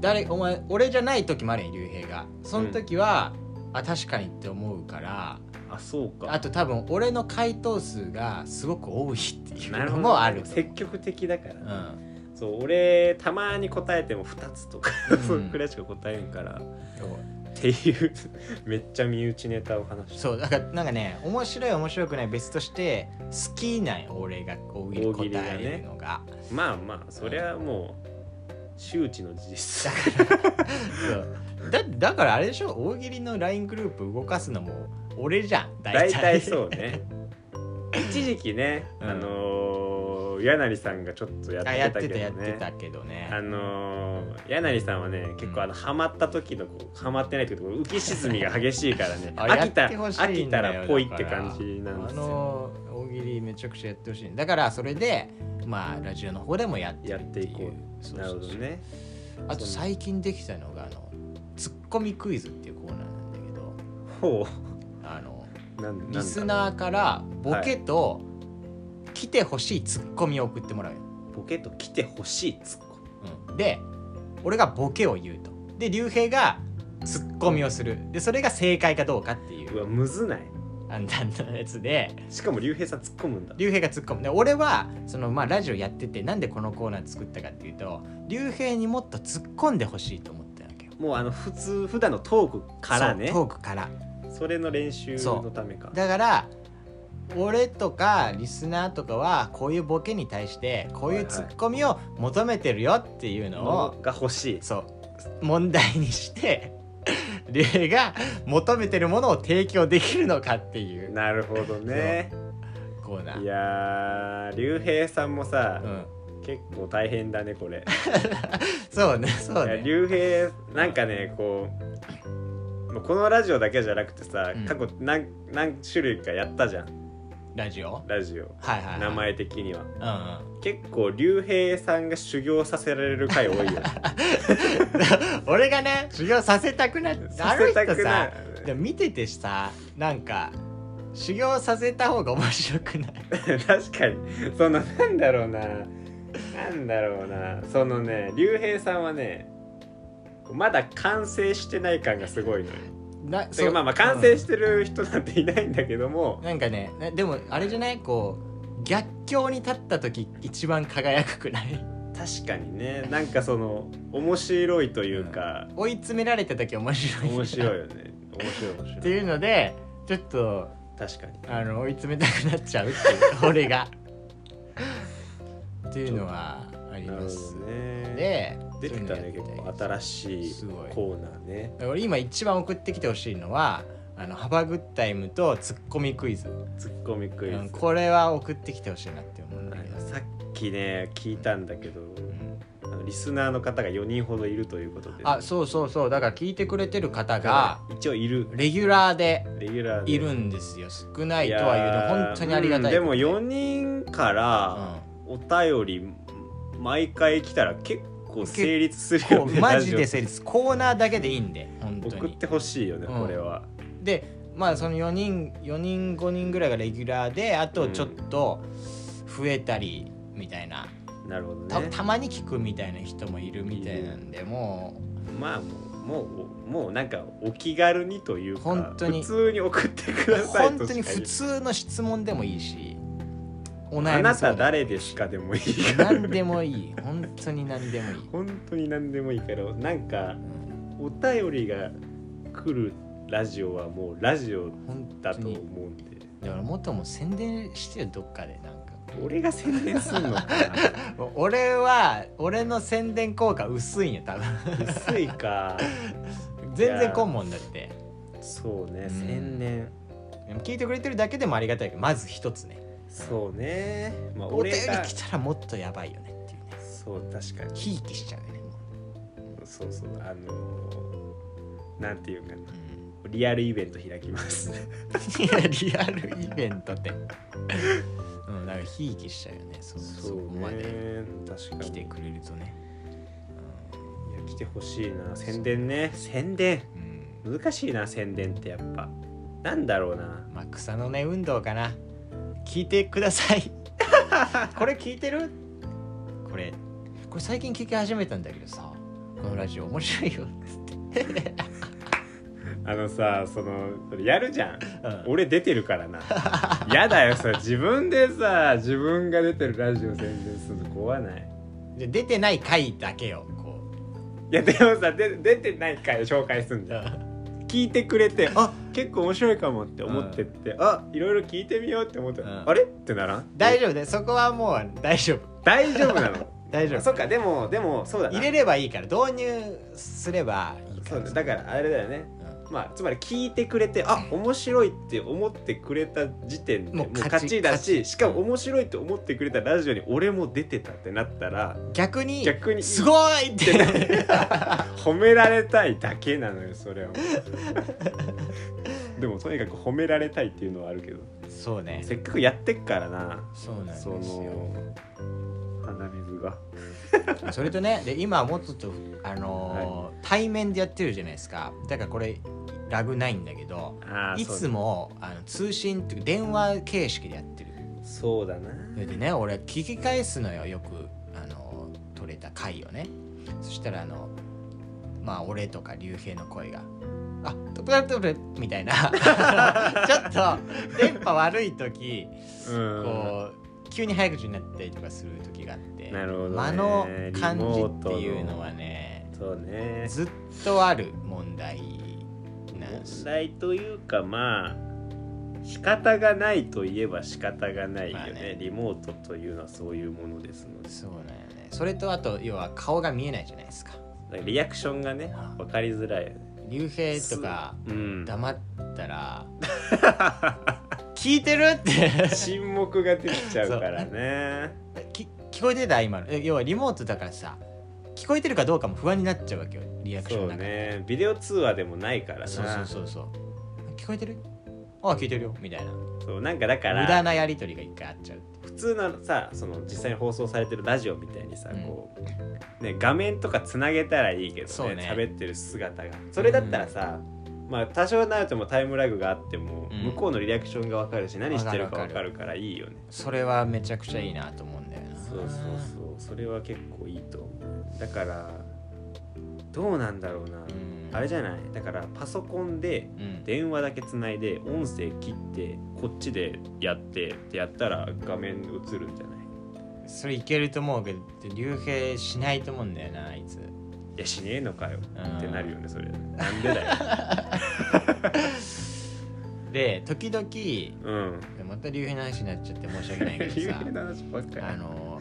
S1: 誰お前俺じゃない時もあるやん竜兵がその時は、あ確かにって思うから
S2: あそうか
S1: あと多分俺の回答数がすごく多いっていう
S2: なる
S1: の
S2: ほ
S1: も
S2: ど
S1: ある
S2: 積極的だから
S1: う、ん
S2: そう俺たまに答えても2つとか、
S1: うん
S2: そんくらいしか答えんからっていう <laughs> めっちゃ身内ネタを話して
S1: そうだからなんかね面白い面白くない別として好きなんよ俺が大喜利答えるのが
S2: まあまあそりゃもう周知の事実
S1: <laughs> そうだだからあれでしょ大喜利の LINE グループ動かすのも俺じゃん
S2: 大体
S1: う
S2: そう
S1: <laughs>
S2: ね一時期ね、
S1: うん
S2: あのー柳さんがちょっとやっ
S1: あやってて
S2: たけ
S1: たやっ
S2: ど
S1: て
S2: ね
S1: たけどね
S2: あのー柳さんはね結構あのハマった時のこうハマってない時のこう浮き沈みが激しいからね
S1: あ
S2: 飽きた
S1: やってほしいんだ
S2: 飽
S1: よ
S2: きたらぽいっ
S1: だ
S2: て
S1: から
S2: 感じなんで
S1: あ
S2: すよ
S1: の大喜利めちゃくちゃやってほしいだからそれでまあラジオの方でもやって
S2: や
S1: る
S2: っ
S1: ってて
S2: い
S1: い
S2: こ
S1: う
S2: う
S1: そう
S2: なる
S1: そ
S2: ほ
S1: う
S2: ど
S1: そう
S2: ね
S1: あと最近できたのがあのツッコミクイズっていうコーナーなんだけど
S2: ほ
S1: あの
S2: うなんなんだ
S1: リスナーからボケと来てほしいツッコミを送ってもらうよ
S2: ボケと来てほしいツッコミ
S1: で俺がボケを言うとで竜兵がツッコミをするでそれが正解かどうかっていうう
S2: わむずない
S1: あのあのやつで
S2: しかも竜兵さん突っ込むんだ
S1: 竜兵がツッコむで俺はその、まあ、ラジオやっててなんでこのコーナー作ったかっていうと竜兵にもっと突っ込んでほしいと思ったわけよ
S2: もうあの普通普段のトークからね
S1: そうトークから
S2: それの練習のためか
S1: だから俺とかリスナーとかはこういうボケに対してこういうツッコミを求めてるよっていうのを、
S2: のが欲しい
S1: そう問題にして <laughs> 例が求めてるものを提供できるのかっていう
S2: なるほどね
S1: コーナー
S2: いやー竜兵さんもさ、
S1: うん、
S2: 結構大変だねこれ、
S1: そうねそう
S2: いや
S1: ね
S2: 竜兵なんかねこうもうこのラジオだけじゃなくてさ、
S1: うん
S2: 過去何何種類かやったじゃん
S1: ラジオ
S2: ラジオ
S1: はいはい、はい、
S2: 名前的には
S1: うんうん
S2: 結構竜兵さんが修行させられる回多いよ
S1: <laughs>
S2: ね
S1: 俺がね修行させたくなっあ
S2: さ
S1: る
S2: せた
S1: 人
S2: くな
S1: さ
S2: い
S1: でも見ててさなんか修行させた方が面白くない
S2: <laughs> 確かにそのなんだろうななんだろうなそのね竜兵さんはねまだ完成してない感がすごいのよ
S1: な
S2: てかまあまあ完成してる人なんていないんだけども
S1: うん、なんかねなでもあれじゃないこう逆境に立った時一番輝くくない <laughs>
S2: 確かにねなんかその面白いというか、
S1: 追い詰められた時面白い
S2: 面白いよね面白い面白い
S1: っていうのでちょっと
S2: 確かに
S1: あの追い詰めたくなっちゃうって
S2: <laughs>
S1: いう俺が。っていうのはあり
S2: なる
S1: ま
S2: ほ
S1: す。
S2: どね
S1: で
S2: 出てきたね
S1: そういうのやってみ
S2: 結構
S1: たい
S2: 新しい
S1: すごい
S2: コーナーね
S1: 俺今一番送ってきてほしいのはあのハバグッタイムとツッコミクイズ、
S2: ツッコミクイズ、
S1: うんこれは送ってきてほしいなって思うんだけど
S2: さっきね聞いたんだけど、
S1: うん
S2: あのリスナーの方が4人ほどいるということで
S1: あそうそうそうだから聞いてくれてる方が
S2: 一応いる
S1: レギュラーで
S2: レギュラーで
S1: いるんですよ少ないとは言う
S2: や
S1: の
S2: ー
S1: 本当にありがたい、
S2: うんでも4人からお便り毎回来たら結構成立する
S1: う
S2: よ
S1: ん、こ
S2: ね
S1: うマジ
S2: <laughs> ラ
S1: で
S2: ジ
S1: 成立コーナーだけでいいんで本
S2: オ
S1: 当
S2: 送っ
S1: に
S2: てほしいよね、
S1: うん
S2: これは
S1: でまあその4人4人5人ぐらいがレギュラーであとちょっと増えたりみたいな、
S2: なるほど
S1: た
S2: ね
S1: たまに聞くみたいな人もいるみたいなんでも
S2: まあもうもうもうなんかお気軽にというか
S1: 本当に
S2: 普通に送ってく
S1: う
S2: ださい
S1: 本
S2: と
S1: 当に
S2: しか
S1: 普
S2: 言う
S1: 通の質問でもいいしお
S2: あ
S1: 悩み相
S2: なた
S1: 談
S2: 誰ですかでもいいから
S1: 何でもいい本当に何でもいい
S2: 本当に何でもいいからなんかお便りが来るラジオはもうラジオ
S1: 本
S2: だ
S1: 当
S2: と思
S1: に
S2: うんで
S1: だからもっともう宣伝してよどっかでなんか
S2: 俺が宣伝すんのか
S1: 俺は俺の宣伝効果薄いんよ多分 <laughs>
S2: な薄いか
S1: 全然こんもんだって
S2: そうね
S1: ん
S2: 宣伝
S1: でも聞いてくれてるだけでもありがたいけどまず一つね
S2: そうねまあ
S1: お便
S2: 俺
S1: り
S2: が
S1: 来たらもっとやばいよねっていうね
S2: そう確かに
S1: ひいきしちゃうよねも
S2: そうそうあのーなんていうかな
S1: う、
S2: リアルイベント開きます
S1: いやリアルイベント
S2: <laughs>
S1: ってうんだからひいきしちゃうよねそそこまで
S2: 確かに
S1: 来
S2: い
S1: て
S2: や
S1: くれるとね
S2: 来てほしいな宣伝ね宣伝
S1: うん、
S2: 難しいな宣伝ってやっぱなんだろうな
S1: まあ草の根運動かな聞いてくださ
S2: <laughs>
S1: いこれ聞いてるこれこれ最近聞き始めたんだけどさこのラジオ面白いよ、
S2: あのさそのそれやるじゃん
S1: うん
S2: 俺出てるから <laughs> なやだよそれ自分でさ自分が出てるラジオ宣伝するの怖ない
S1: で出てない回だけよこ
S2: いやでもさで出てない回を紹介すん
S1: う
S2: じゃん聞いてくれてあ結構面白いかもって思ってって、あいろいろ聞いてみようって思ったら、
S1: うん
S2: あれってならん
S1: 大丈夫でそこはもう大丈夫
S2: 大丈夫なの
S1: 大丈
S2: <laughs> あ
S1: 夫
S2: そっかでもでもそうだな
S1: 入れればいいから導入すればいいか
S2: そう
S1: ら
S2: だだからあれだよね
S1: う
S2: まあつまり聞いてくれてあ面白いって思ってくれた時点で
S1: も
S2: も
S1: う
S2: う
S1: 勝
S2: 勝
S1: ち
S2: ちだし
S1: 勝ち
S2: しかも面白いって思ってくれたラジオに俺も出てたってなったら
S1: ん逆に
S2: 逆にいい
S1: すごいって
S2: 褒められたいだけなのよそれはもうでもとにかく褒められたいっていうのはあるけど
S1: そうね
S2: せっかくやってっからな
S1: そうなんです
S2: そ
S1: よ
S2: の鼻水が
S1: それとねで今はもうちょっとあのー対面でやってるじゃないですかだからこれラグないんだけど
S2: あ
S1: いつもあの通信っていうか電話形式でやってる
S2: そうだな
S1: それでね俺聞き返すのよよくあの取れた回をねそしたらあのまあ俺とか竜兵の声が「あトプラトプル」みたいな <laughs> ちょっと電波悪い時
S2: うん
S1: こう急に早口になったりとかする時があって
S2: なるほどね
S1: 間の感じっていうのはね
S2: そうね
S1: ずっとある問題なんです
S2: 問題というかまあ仕方がないといえば仕方がないよね,、
S1: まあね
S2: リモートというのはそういうものですので
S1: そうなんよねそれとあと要は顔が見えないじゃないですか
S2: だからリアクションがね
S1: はい
S2: 分かりづらいよね
S1: 竜兵とか
S2: うん
S1: 黙った
S2: <laughs>
S1: ら聞いてるって
S2: 沈黙ができちゃうからね
S1: き聞こえてた今のえ要はリモートだからさ聞こえてるかどうかも不安になっちゃうわけよ <laughs> リアクショ
S2: そ
S1: ン
S2: う
S1: なんか
S2: ねビデオ通話でもないからな
S1: そうそうそうそう聞こえてるあ聞いてるよみたいな
S2: そうなんかだか
S1: 無駄
S2: ら
S1: なやり取りが一回あっちゃうって
S2: 普通のさその実際に放送されてるラジオみたいにさ、
S1: うん
S2: こうね、画面とかつなげたらいいけ
S1: そ
S2: ど
S1: う
S2: ね
S1: ね
S2: 喋、ってる姿がそれだったらさ、まあ多少なるともタイムラグがあっても、
S1: うん
S2: 向こうのリアクションが分かるし何してるか
S1: わか
S2: 分
S1: る
S2: かるからいいよね
S1: それはめちゃくちゃいいなと思うんだよな
S2: そうそうそうそれは結構いいと思うだからどうなんだろうな、
S1: うん
S2: あれじゃないだからパソコンで
S1: うん
S2: 電話だけつないで音声切ってこっちでやってってやったら画面映るんじゃない
S1: それいけると思うけど竜兵しないと思うんだよなあいつ
S2: いやしねえのかよ
S1: うん
S2: ってなるよねそれなんでだ
S1: <laughs>
S2: よ
S1: で時々
S2: うん
S1: また竜兵の話になっちゃって申し訳ない <laughs>
S2: <laughs>
S1: けどさ
S2: の話ばっかり
S1: あの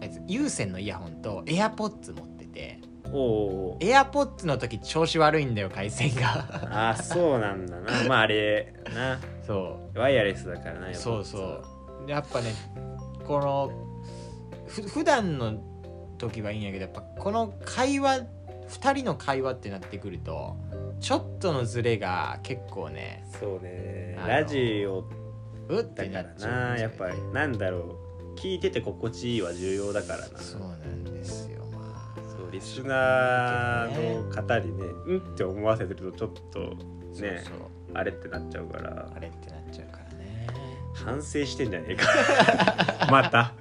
S1: あいつ有線のイヤホンとエアポッツ持ってて
S2: おお
S1: エアポッツの時調子悪いんだよ回線が <laughs>
S2: あーそうなんだなまああれな
S1: そう
S2: ワイヤレスだからな
S1: そうそうでやっぱねこのふ普段の時はいいんやけどやっぱこの会話2人の会話ってなってくるとちょっとのズレが結構ね
S2: そうね
S1: あの
S2: ラジオ
S1: うってな
S2: だから
S1: っちゃう
S2: なやっぱりなんだろう聞いてて心地いいは重要だからな
S1: そうなんですよまあ
S2: そうリスナーの方にねうんって思わせてるとちょっとね
S1: そうそう
S2: あれってなっちゃうから
S1: あれってなっちゃうからね
S2: 反省してんじゃね
S1: <laughs>
S2: えかまた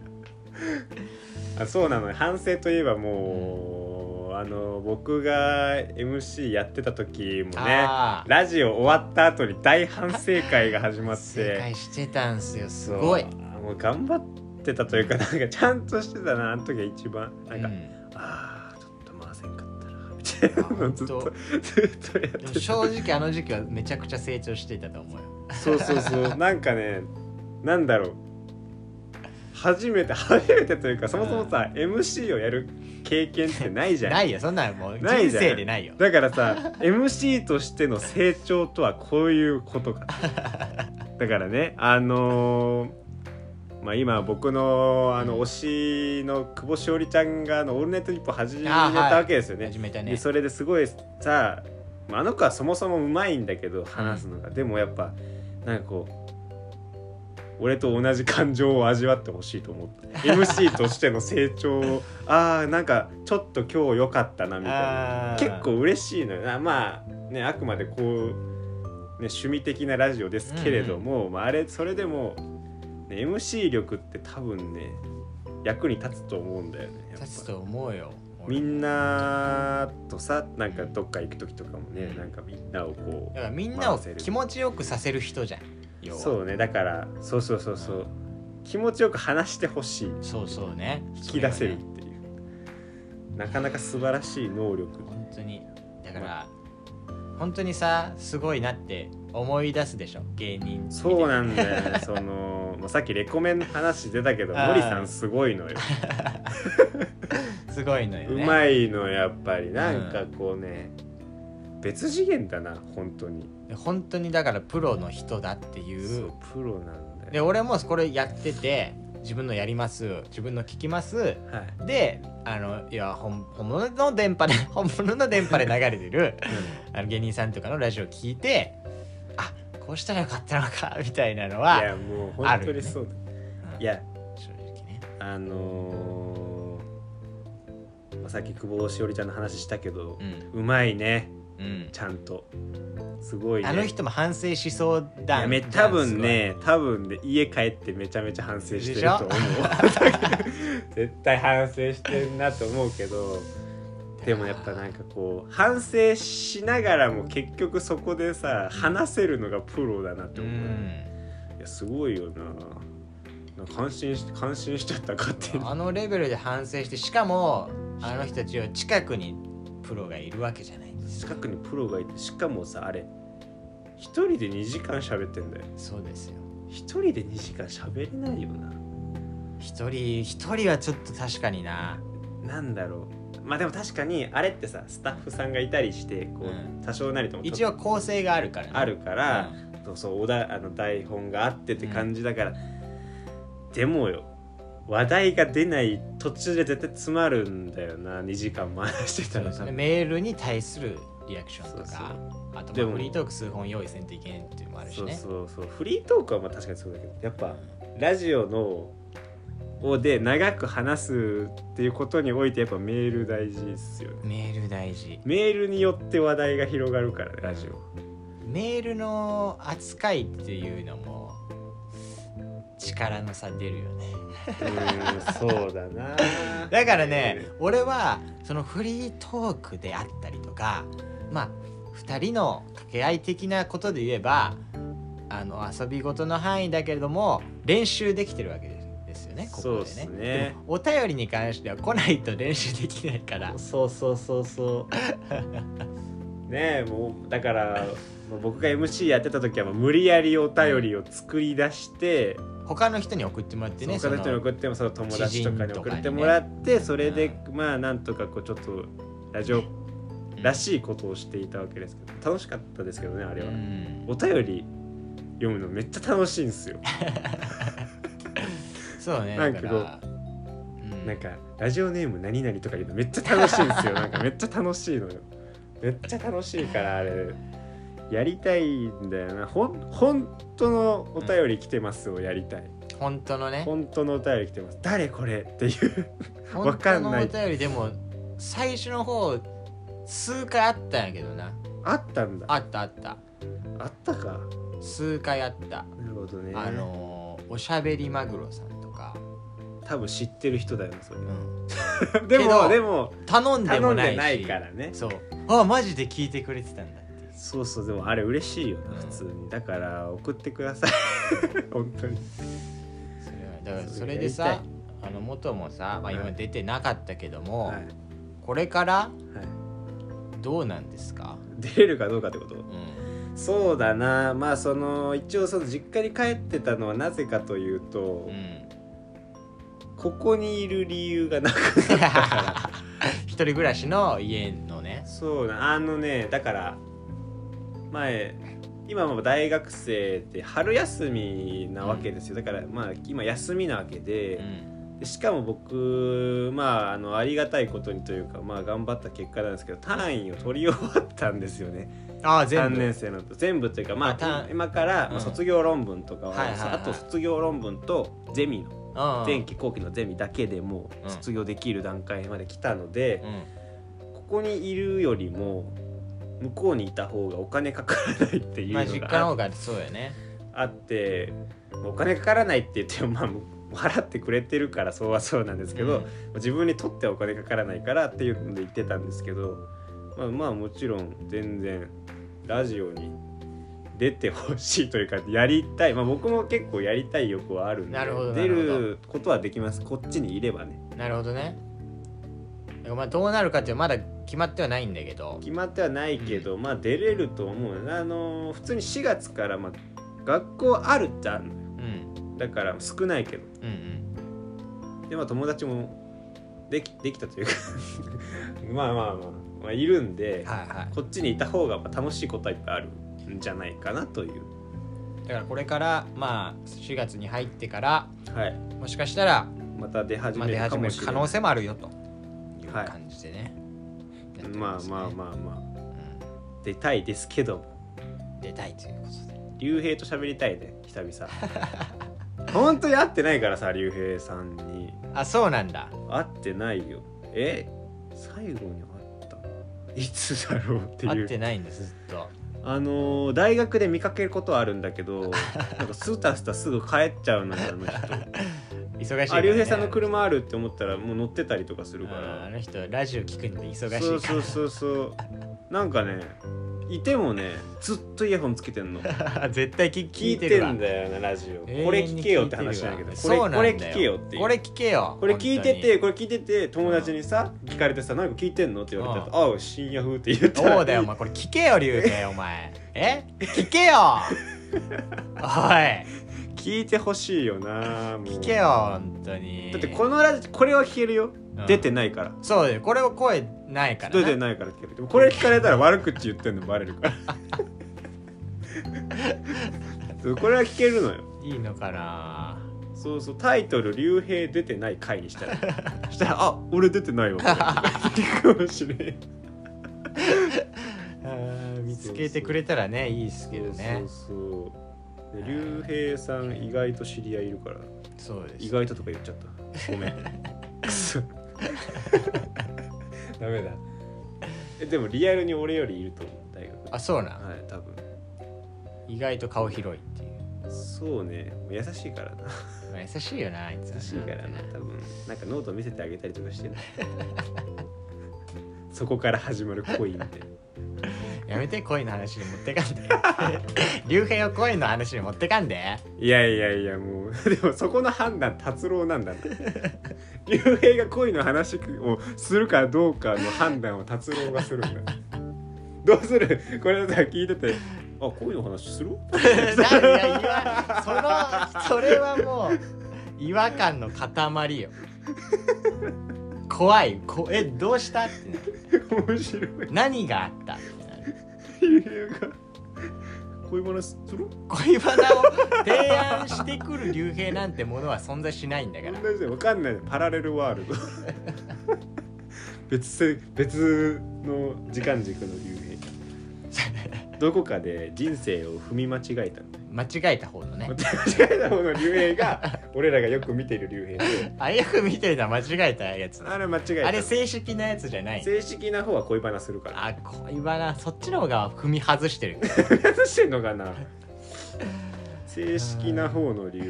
S2: あそうなのよ反省といえばもう、あの僕が MC やってた時もね
S1: ああ
S2: ラジオ終わった後に大反省会が始まっ
S1: 正
S2: て
S1: 解してたんすよすごい
S2: そうもう頑張ってたというかなんかちゃんとしてたなあの時が一番なんか、
S1: うん
S2: あーちょっと回せんかったなみたいなのをずっ
S1: あ
S2: と
S1: 本
S2: <laughs> ずっとやって
S1: でも
S2: た
S1: 正直あの時期はめちゃくちゃ成長してたと思うよ
S2: そうそうそう <laughs> なんかねなんだろう初めて初めてというかそもそもさ MC をやる経験ってないじゃん
S1: ないよそんなんもう人
S2: ないじゃん
S1: 生でないよ
S2: だからさ MC としての成長とはこういうことかだからねあのーまあ今僕のあの推しの久保しおりちゃんがあの「オールナイトニッポン」始めた
S1: あーはい
S2: わけですよね、
S1: 始めたね
S2: でそれですごいさまああの子はそもそもうまいんだけど話すのが、でもやっぱなんかこう俺と同じ感情を味わってほしいと思って
S1: <laughs>
S2: MC としての成長をあーなんかちょっと今日良かったなみたいな
S1: あー
S2: 結構嬉しいのよなまあねあくまでこう、ね、趣味的なラジオですけれども、まあ、あれそれでも、ね、MC 力って多分ね役に立つと思うんだよねやっぱ
S1: 立つと思うよ
S2: みん
S1: な
S2: なとさなんかどっか行く時とかもね、なんかみんなをこ
S1: だからみんなを
S2: 回せる
S1: 気持ちよくさせる人じゃん
S2: う
S1: 要は
S2: そうねだからそうそうそうそう、気持ちよく話してほしい
S1: そうそうね
S2: 引き出せる
S1: それは
S2: っ
S1: ね
S2: ていう、なかなか素晴らしい能力
S1: 本当にだから本当にさすごいなって思い出すでしょ芸人
S2: そうなんだ
S1: <laughs>
S2: よねその、まあ、さっきレコメンの話出たけど
S1: あー
S2: 森さんすごいのよ、
S1: すごいのよ
S2: う
S1: ね
S2: まいのやっぱりなんかこうね、別次元だな本当に
S1: 本当にだからプロの人だってい
S2: そううプロなんだ
S1: で
S2: よ、
S1: 俺もこれやってて自分のやります自分の聞きます
S2: はい
S1: であのいや本本物の電波で <laughs> 本物の電波で流れてるあの芸人さんとかのラジオ聞いてあこうしたらよかったのかみたいなの
S2: い
S1: は
S2: やもう
S1: ある
S2: 本当
S1: よね
S2: にそうだ、
S1: うん
S2: いや
S1: 正直ね
S2: あのーまあ、さっき久保しおりちゃんの話したけど
S1: う、ん
S2: うまいね
S1: うん
S2: ちゃんとすごいね
S1: あの人も反省しそう
S2: い
S1: だ
S2: やめ多分ね多分ね家帰ってめちゃめちゃ反省してると思う <laughs> 絶対反省してるなと思うけどでもやっぱなんかこう反省しながらも結局そこでさ話せるのがプロだなって
S1: う
S2: 思う、
S1: ん
S2: いやすごいよななんか感心し感心しちゃった勝手に
S1: あのレベルで反省してしかもあの人たちは近くにプロがいるわけじゃない
S2: 近くにプロがいてしかもさあれ一人で2時間喋ってんだよ
S1: そうですよ
S2: 一人で2時間喋れないよな
S1: 一人一人はちょっと確かにな
S2: なんだろうまあでも確かにあれってさスタッフさんがいたりしてこう、
S1: うん
S2: 多少なりともちょっと
S1: 一応構成があるからね
S2: あるか
S1: う
S2: ら、
S1: ん
S2: そうそうおだあの台本があってって感じだから、でもよ話題が出ない途中で絶対詰まるんだよな2時間も話して
S1: そ
S2: た
S1: う
S2: ら
S1: で
S2: さ
S1: すねメールに対するリアクションと
S2: そう
S1: かあと
S2: で
S1: まあ
S2: も
S1: フリートーク数本用意せんといけんっていうのもあるし
S2: そう
S1: ね
S2: そうそうフリートークはまあ確かにそうだけどやっぱラジオのをで長く話すっていうことにおいてやっぱメール大事ですよね
S1: メール大事
S2: メールによって話題が広がるからねラジオ
S1: メールの扱いっていうのも力の差出るよね
S2: うんそうだな
S1: だからね俺はそのフリートークであったりとかまあ2人の掛け合い的なことで言えばあの遊び事の範囲だけれども練習できてるわけですよねここで
S2: そう
S1: ね
S2: っすね
S1: でもお便りに関しては来ないと練習できないから
S2: そうそうそうそうねえもう <laughs> だからまあ僕が MC やってた時はもう無理やりお便りを作り出して、
S1: 他の人に送ってもらってね
S2: 他の人に
S1: その
S2: 送ってもその友達とかに
S1: 知人と
S2: 送
S1: かにね
S2: ってもらってそれで、まあなんとかこうちょっとラジオ
S1: うん
S2: らしいことをしていたわけですけど楽しかったですけどねあれは、
S1: うん
S2: お便り読むのめっちゃ楽しいんですよ、
S1: そうね
S2: な
S1: だ
S2: ん
S1: か
S2: かこう
S1: らうん
S2: なんかラジオネーム何々とか言うのめっちゃ楽しい
S1: <laughs>
S2: んですよなんかめっちゃ楽しいのよめっちゃ楽しいからあれやりたいんだよなほん本当のお便り来てますをやりたい、
S1: 本当のね
S2: 本当のお便り来てます誰これっていうわ
S1: 本
S2: か
S1: 当
S2: ん
S1: の
S2: ない
S1: お便りでも最初の方数回あったんやけどな
S2: あったんだあ
S1: あったあった
S2: ったか
S1: 数回あった、
S2: なるほどね
S1: あのーおしゃべりマグロさんとか、
S2: 多分知ってる人だよなそれ
S1: うん
S2: で
S1: けど
S2: もでも
S1: 頼んで
S2: 頼
S1: も
S2: ん
S1: ない
S2: で
S1: し
S2: ないからね
S1: そうあマジで聞いてくれてたんだっていう
S2: そうそうでもあれ嬉しいよな
S1: うん
S2: 普通にだから送ってください <laughs> 本当に
S1: それはだから
S2: そ
S1: そ
S2: れ
S1: れ
S2: やりた
S1: で
S2: い
S1: さあの元もさ、まあ、今出てなかったけども、
S2: はい、はい、
S1: これからどうなんですか、
S2: 出れるかどうかってこと
S1: うん、
S2: そうだなまあその一応その実家に帰ってたのはなぜかというと、 <laughs>
S1: うん、
S2: ここにいる理由がなくなったか
S1: 一人暮らしの家のね
S2: らそうなあのねだから前今も大学生で春休みなわけですよだからまあ今休みなわけで、
S1: うん
S2: でしかも僕まああのありがたいことにというかまあ頑張った結果なんですけど単位を取り終わったんですよね
S1: ああ全
S2: 3
S1: 部
S2: 年生のと全部というかま
S1: あ
S2: あ
S1: 単
S2: 今から、
S1: うん
S2: まあ卒業論文とかは,、
S1: はいはいはい
S2: あと卒業論文とゼミの
S1: うん
S2: 前期後期のゼミだけでも
S1: うん
S2: 卒業できる段階まで来たので、
S1: うん
S2: ここにいるよりも向こうにいた方がお金かからないっていう
S1: まあ
S2: の
S1: 実家の
S2: が
S1: 方がそうやね
S2: あって、お金かからないって言ってもまあもう払ってくれてるからそうはそうなんですけど、自分にとってはお金かからないからっていうので言ってたんですけどまあまあもちろん全然ラジオに出てほしいというかやりたいまあ僕も結構やりたい欲はあるんで
S1: なるほど
S2: 出
S1: なる
S2: ることはできますこっちにいればね
S1: うんなるほどねだからまあどうなるかってまだ決まってはないんだけど
S2: 決まってはないけど、まあ出れると思うあのー普通に4月からまあ学校あるじゃん
S1: うん
S2: だから少ないけど
S1: うんうん
S2: でまあ友達もできできたというか <laughs> まあまあまあ、まあ、いるんで、
S1: はいは
S2: こっちにいた方がまあ楽しいことはいっぱいあるんじゃないかなという
S1: いだからこれからまあ4月に入ってから
S2: はい
S1: もしかしたら
S2: また出始
S1: まあ
S2: め
S1: 出
S2: る
S1: 始
S2: か
S1: め
S2: も
S1: る
S2: しれ
S1: 可
S2: ない
S1: 能性もあるよという
S2: はい
S1: 感じでねやって
S2: まあ
S1: すね
S2: まあまあまあ
S1: う
S2: 出たいですけども
S1: ん出たいということで
S2: 竜兵と喋りたいね久々
S1: <laughs>
S2: 本当に会ってないからさ竜兵さんに
S1: あそうなんだ
S2: 会ってないよえ最後に会ったいつだろうって
S1: 会
S2: い
S1: っ
S2: う
S1: てないんですずっと
S2: あのー大学で見かけることはあるんだけどなんかスタスタすぐ帰っちゃうのよあの
S1: <laughs>
S2: 人
S1: 忙しいからね
S2: あ竜兵さんの車あるって思ったらもう乗ってたりとかするか
S1: あーあ
S2: ら
S1: の人ラジオ聞くので忙しいから
S2: そうそうそうそうなんかねいてもねずっとイヤホンつけて
S1: <laughs>
S2: んの
S1: 絶対聞
S2: 聞
S1: 聞
S2: い
S1: い
S2: て
S1: てるわ
S2: んだよなラジオ
S1: 永遠に
S2: これ聞けよって話なんだけど
S1: 聞いてるわそ
S2: これ
S1: うなん
S2: こ
S1: だ
S2: れ
S1: よ
S2: 聞けよっていう
S1: これ聞けよ
S2: これ聞いててこれ聞いてて友達にさ聞かれてさ「何か聞いてんの?」って言われたら「ああ深夜風」って言った
S1: 本当に
S2: ら
S1: そうだよお前これ聞けよ竜兵お前え聞けよおい
S2: 聞いてほしいよなもう
S1: 聞けよ本当に
S2: だってこのラジオこれは聞けるよ、
S1: うん
S2: 出てないから
S1: そうだよこれは声ないから
S2: 出て
S1: な
S2: ないから聞けるでもこれ聞かれたら悪口言ってんのバレ
S1: <laughs>
S2: るからそうこれは聞けるのよ
S1: いいのかな
S2: そうそうタイトル「竜兵出てない回」にしたら
S1: <laughs>
S2: したら「あ俺出てないわ」聞くかもしれん
S1: 見つけてくれたらねいいですけどね
S2: そうそうで竜兵さん意外と知り合いいるから
S1: そうで
S2: 意
S1: す
S2: 外ととか言っちゃったごめん
S1: <laughs>
S2: くそダメだえでもリアルに俺よりいると思う大学
S1: あそうなん
S2: はい多分
S1: 意外と顔広いっていう
S2: そうね優しいからな
S1: まあ優しいよなあいつは
S2: 優しいからな多分なんかノート見せてあげたりとかしてない <laughs> そこから始まる恋みたいな
S1: やめて恋の話に持ってかんで <laughs> 竜兵を恋の話に持ってかんで
S2: いやいやいやもう <laughs> でもそこの判断達郎なんだな竜兵が恋の話をするかどうかの判断を達郎がするんだどうするこれさ聞いてて「あ恋の話する?」 <laughs>
S1: <laughs> いやいや言わそのそれはもう違和感の塊よ怖いこえどうしたってなる
S2: 面白い
S1: 何があったってなる
S2: 理由が恋話する
S1: 恋バナを提案してくる竜兵なんてものは存在しないんだから
S2: 同じで分かんないパラレルワールド <laughs> 別世別の時間軸の竜兵どこかで人生を踏み間違えたの
S1: 間違えた方のね
S2: 間違えた方の竜兵が俺らがよく見てる竜兵で
S1: あれよく見てるのは間違えたやつ
S2: あれ間違えた
S1: あれ正式なやつじゃない
S2: 正式な方は恋バナするから
S1: あ恋バナそっちの方が踏み外してる
S2: <laughs> 何してんのかな正式な方の竜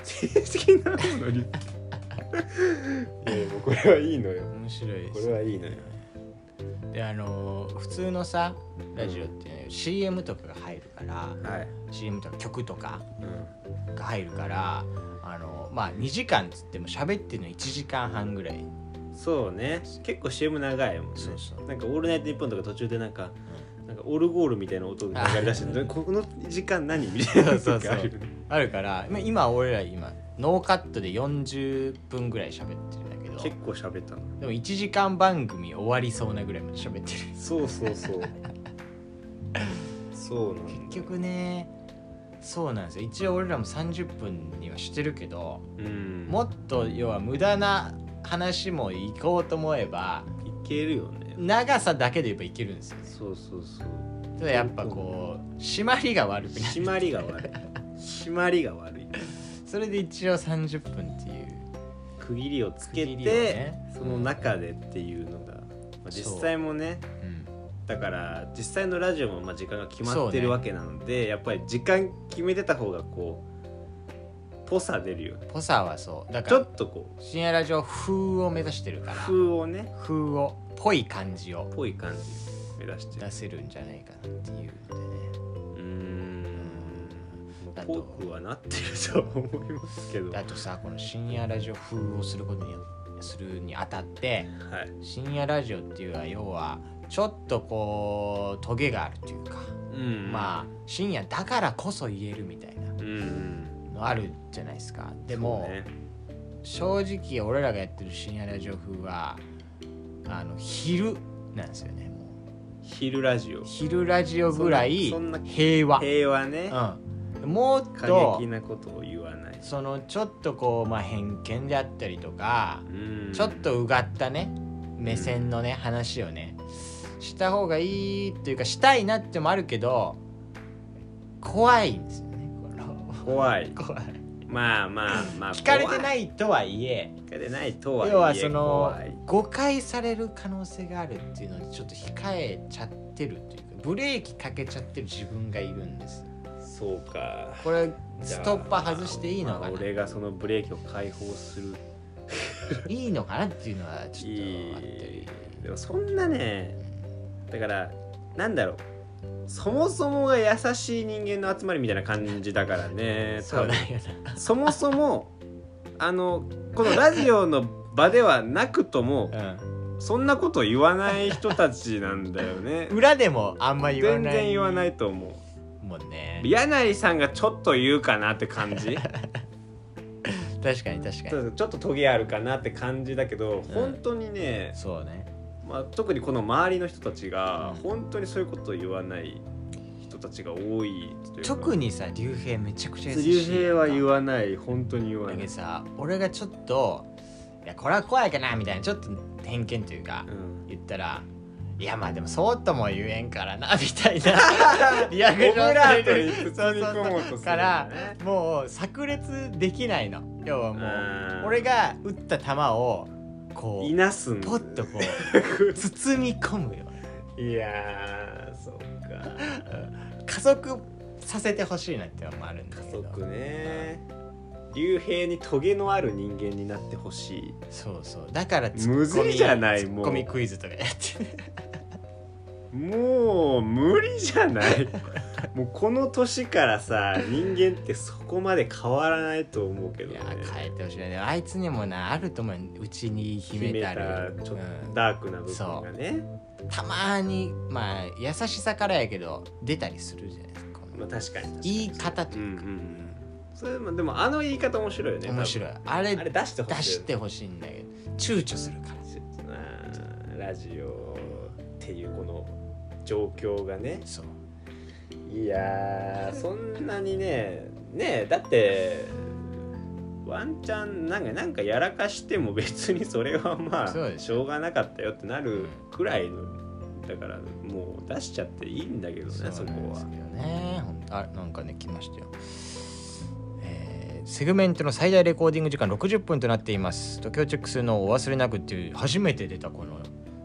S2: 兵正式な方の竜兵 <laughs> いやもうこれはいいのよ
S1: 面白いで
S2: こ
S1: す
S2: れはいいのよ
S1: であのー普通のさラジオっていうのは CM とかが入るから
S2: はい、
S1: CM とか曲とか
S2: うん、
S1: が入るからあのーまあ2時間っつっても喋ってるの1時間半ぐらい
S2: そうね結構 CM 長いもんね
S1: そうそう
S2: なんか「オールナイトニッポン」とか途中でなんか、なんかオルゴールみたいな音が流れ出してるこの時間何みたいな
S1: そうそう
S2: 時あるよね
S1: あるからまあ今俺ら今ノーカットで40分ぐらい喋ってるんだけど
S2: 結構喋ったの
S1: でも1時間番組終わりそうなぐらいまで喋ってる
S2: そうそうそうそうなんだ
S1: 結局ねそうなんですよ一応俺らも30分にはしてるけど
S2: うん
S1: もっと要は無駄な話も行こうと思えば
S2: いけるよね
S1: 長さだけで言えばいけるんですよね
S2: そうそうそう
S1: ただやっぱこう締まりが悪くなる
S2: 締まりが悪い締まりが悪い
S1: それで一応30分っていう
S2: 区切りをつけて、
S1: 区切りをね
S2: その中でっていうのが、まあ実際もね
S1: うん
S2: だから実際のラジオもまあ時間が決まっ
S1: そ
S2: て
S1: うね
S2: るわけなので、やっぱり時間決めてた方がこうぽさ出るよね
S1: ぽさはそうだ
S2: ち
S1: か
S2: ょ
S1: ら
S2: っとこ
S1: 深夜ラジオ風を目指してるから
S2: う風をね
S1: 風をぽい感じを
S2: ぽい感じ目指してる
S1: 出せるんじゃないかなっていうのでね
S2: うーん
S1: だと
S2: ぽくはなってるとは思いますけどは
S1: あとさこの深夜ラジオ風をすることにするにあたって
S2: い
S1: 深夜ラジオっていうのは要はちょっとこうトゲがあるというか、
S2: うん
S1: まあ深夜だからこそ言えるみたいな
S2: うん
S1: のあるじゃないですかでも、
S2: そうね
S1: 正直俺らがやってる深夜ラジオ風はあの昼なんですよねも
S2: 昼ラジオ
S1: う昼ラジオぐらい
S2: そんなそんな
S1: 平和
S2: 平和ね
S1: うん、もっ
S2: 過
S1: と
S2: 激なことを言わない
S1: そのちょっとこう、まあ、偏見であったりとか
S2: うん
S1: ちょっとうがったね目線のね話をねした方がいいっていうかしたいなってもあるけど怖いんですよねこの
S2: 怖い
S1: 怖い
S2: まあまあまあ
S1: 聞かれて
S2: 怖い
S1: ないとはいえ
S2: 聞かれてないとはいえ
S1: 要はその
S2: 怖い
S1: 誤解される可能性があるっていうのでちょっと控えちゃってるというかブレーキかけちゃってる自分がいるんです
S2: そうか
S1: これストッパー外していいの
S2: ま
S1: か
S2: あ
S1: な
S2: 俺がそのブレーキを解放する
S1: いいのかなっていうのはちょっとあった
S2: い
S1: り
S2: いでもそんなねだからなんだろうそもそもが優しい人間の集まりみたいな感じだから
S1: <laughs>
S2: ね
S1: そ
S2: 多
S1: うだ
S2: 分
S1: よな
S2: そもそもあのこのラジオの場ではなくともそんなこと言わない人たちなんだよね
S1: うん、裏でもあんま <laughs> 言わ
S2: 全
S1: ない
S2: 然言わないと思う
S1: もんね
S2: 柳井さんがちょっと言うかなって感じ
S1: 確かに確か
S2: そ
S1: に
S2: うそうちょっとトゲあるかなって感じだけど、本当にね、
S1: そうね
S2: まあ、特にこの周りの人たちが
S1: うん
S2: 本当にそういうことを言わない人たちが多いというか
S1: 特にさ竜兵めちゃくちゃ優しい
S2: 竜兵は言
S1: わ
S2: わない本当に言わ
S1: だ
S2: な
S1: け
S2: い
S1: ど、さ俺がちょっといやこれは怖いかなみたいなちょっと偏見というか
S2: うん、
S1: 言ったらいやまあでもそうとも言えんからな <laughs> みたい
S2: <laughs>
S1: なリアクション
S2: オブラー
S1: さ
S2: ト
S1: れる
S2: に包み込
S1: そうそ
S2: もうとするよね
S1: うそうからもう炸裂できないの要はも
S2: あ
S1: う
S2: ー
S1: 俺が撃った球をこ
S2: いうなすんだ
S1: ポッとこ
S2: <laughs>
S1: う包み込むよ
S2: いやーそうか
S1: 加速させてほしいなってのもあるんだ
S2: 家
S1: けど
S2: 族ね竜兵にトゲのある人間になってほしい
S1: そうそうだから
S2: むずいじゃない
S1: ツッ
S2: もう
S1: コミクイズとかやってる
S2: もう無理じゃない <laughs> もうこの年からさ人間ってそこまで変わらないと思うけ
S1: い
S2: どね
S1: や変えてほしいねあいつにもなあると思うようちに秘めたる
S2: 秘めたちょっ
S1: う
S2: と
S1: ん
S2: ダークな部分がね、
S1: たまにまあ優しさからやけど出たりするじゃないですかこの
S2: まあ、確かに確かに
S1: 言い方と
S2: うん
S1: いう
S2: うんう
S1: か、
S2: んそれもでもあの言い方面白いよね
S1: 面白い
S2: 多
S1: あれ
S2: 分あれ出してほ
S1: 出
S2: しい
S1: してほしいんだけど躊躇するから
S2: しラジオっていうこの状況がね
S1: そう
S2: いやーそんなにねねえだってワンチャンなんかなんかやらかしても別にそれはま
S1: そう
S2: あ
S1: です
S2: しょうがなかったよってなるくらいのだからもう出しちゃっていいんだけどね
S1: そう
S2: そ
S1: なん
S2: こ
S1: です
S2: は。
S1: けどねほんとあなんかね来ましたよえーセグメントの最大レコーディング時間60分となっています東京チェックするのをお忘れなくっていう初めて出たこの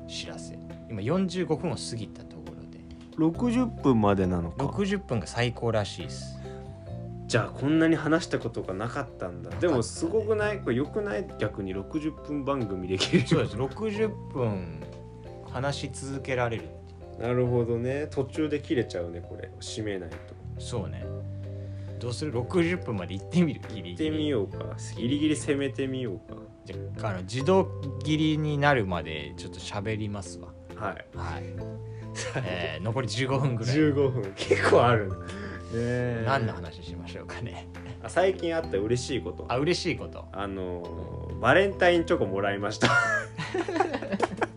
S1: 知らせ今45分を過ぎたところで
S2: 60分までなの
S1: 60分が最高らしいです
S2: じゃあこんなに話したことがなかったんだでもすごくないこれよくない逆に60分番組できる
S1: そうです60分話し続けられるっていう
S2: なるほどね途中で切れちゃうねこれ締めないと
S1: そうねどうする60分まで行ってみるギリ
S2: 行っ
S1: ギ
S2: てみ
S1: リ
S2: ようかギリギリ攻めてみよう
S1: じゃああの自動切りになるまでちょっと喋りますわ
S2: かはい
S1: はい、えー残り15分ぐらい
S2: 15分結構あるねえ
S1: 何の話しましょうかね
S2: あ最近あった嬉しいこと
S1: あ嬉しいこと
S2: あのーバレンタインチョコもらいました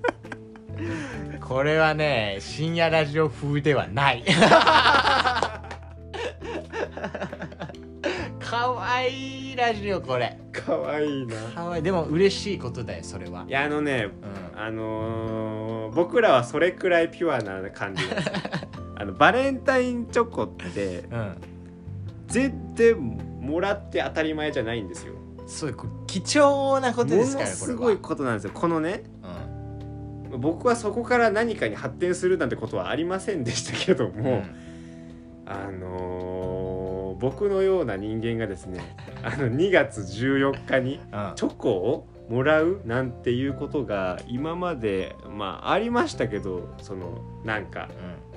S2: <laughs>
S1: これはね深夜ラジオ風では
S2: <laughs>
S1: ないかわいいラジオこれ
S2: かわいいない
S1: かわいいでも嬉しいことだよそれは
S2: やあのね
S1: うん
S2: あのー僕らはそれくらいピュアな <laughs> 感じなんですよあのバレンタインチョコって
S1: うん
S2: 全然もらって当たり前じゃないんですよ
S1: そうこれ貴重なことですからこれ
S2: す
S1: は
S2: ごいことなんですよこのね
S1: うん
S2: 僕はそこから何かに発展するなんてことはありませんでしたけども、あのー僕のような人間がですね <laughs> あの2月14日に
S1: うんうん
S2: チョコをもらうなんていうことが今までまあありましたけどそのなんか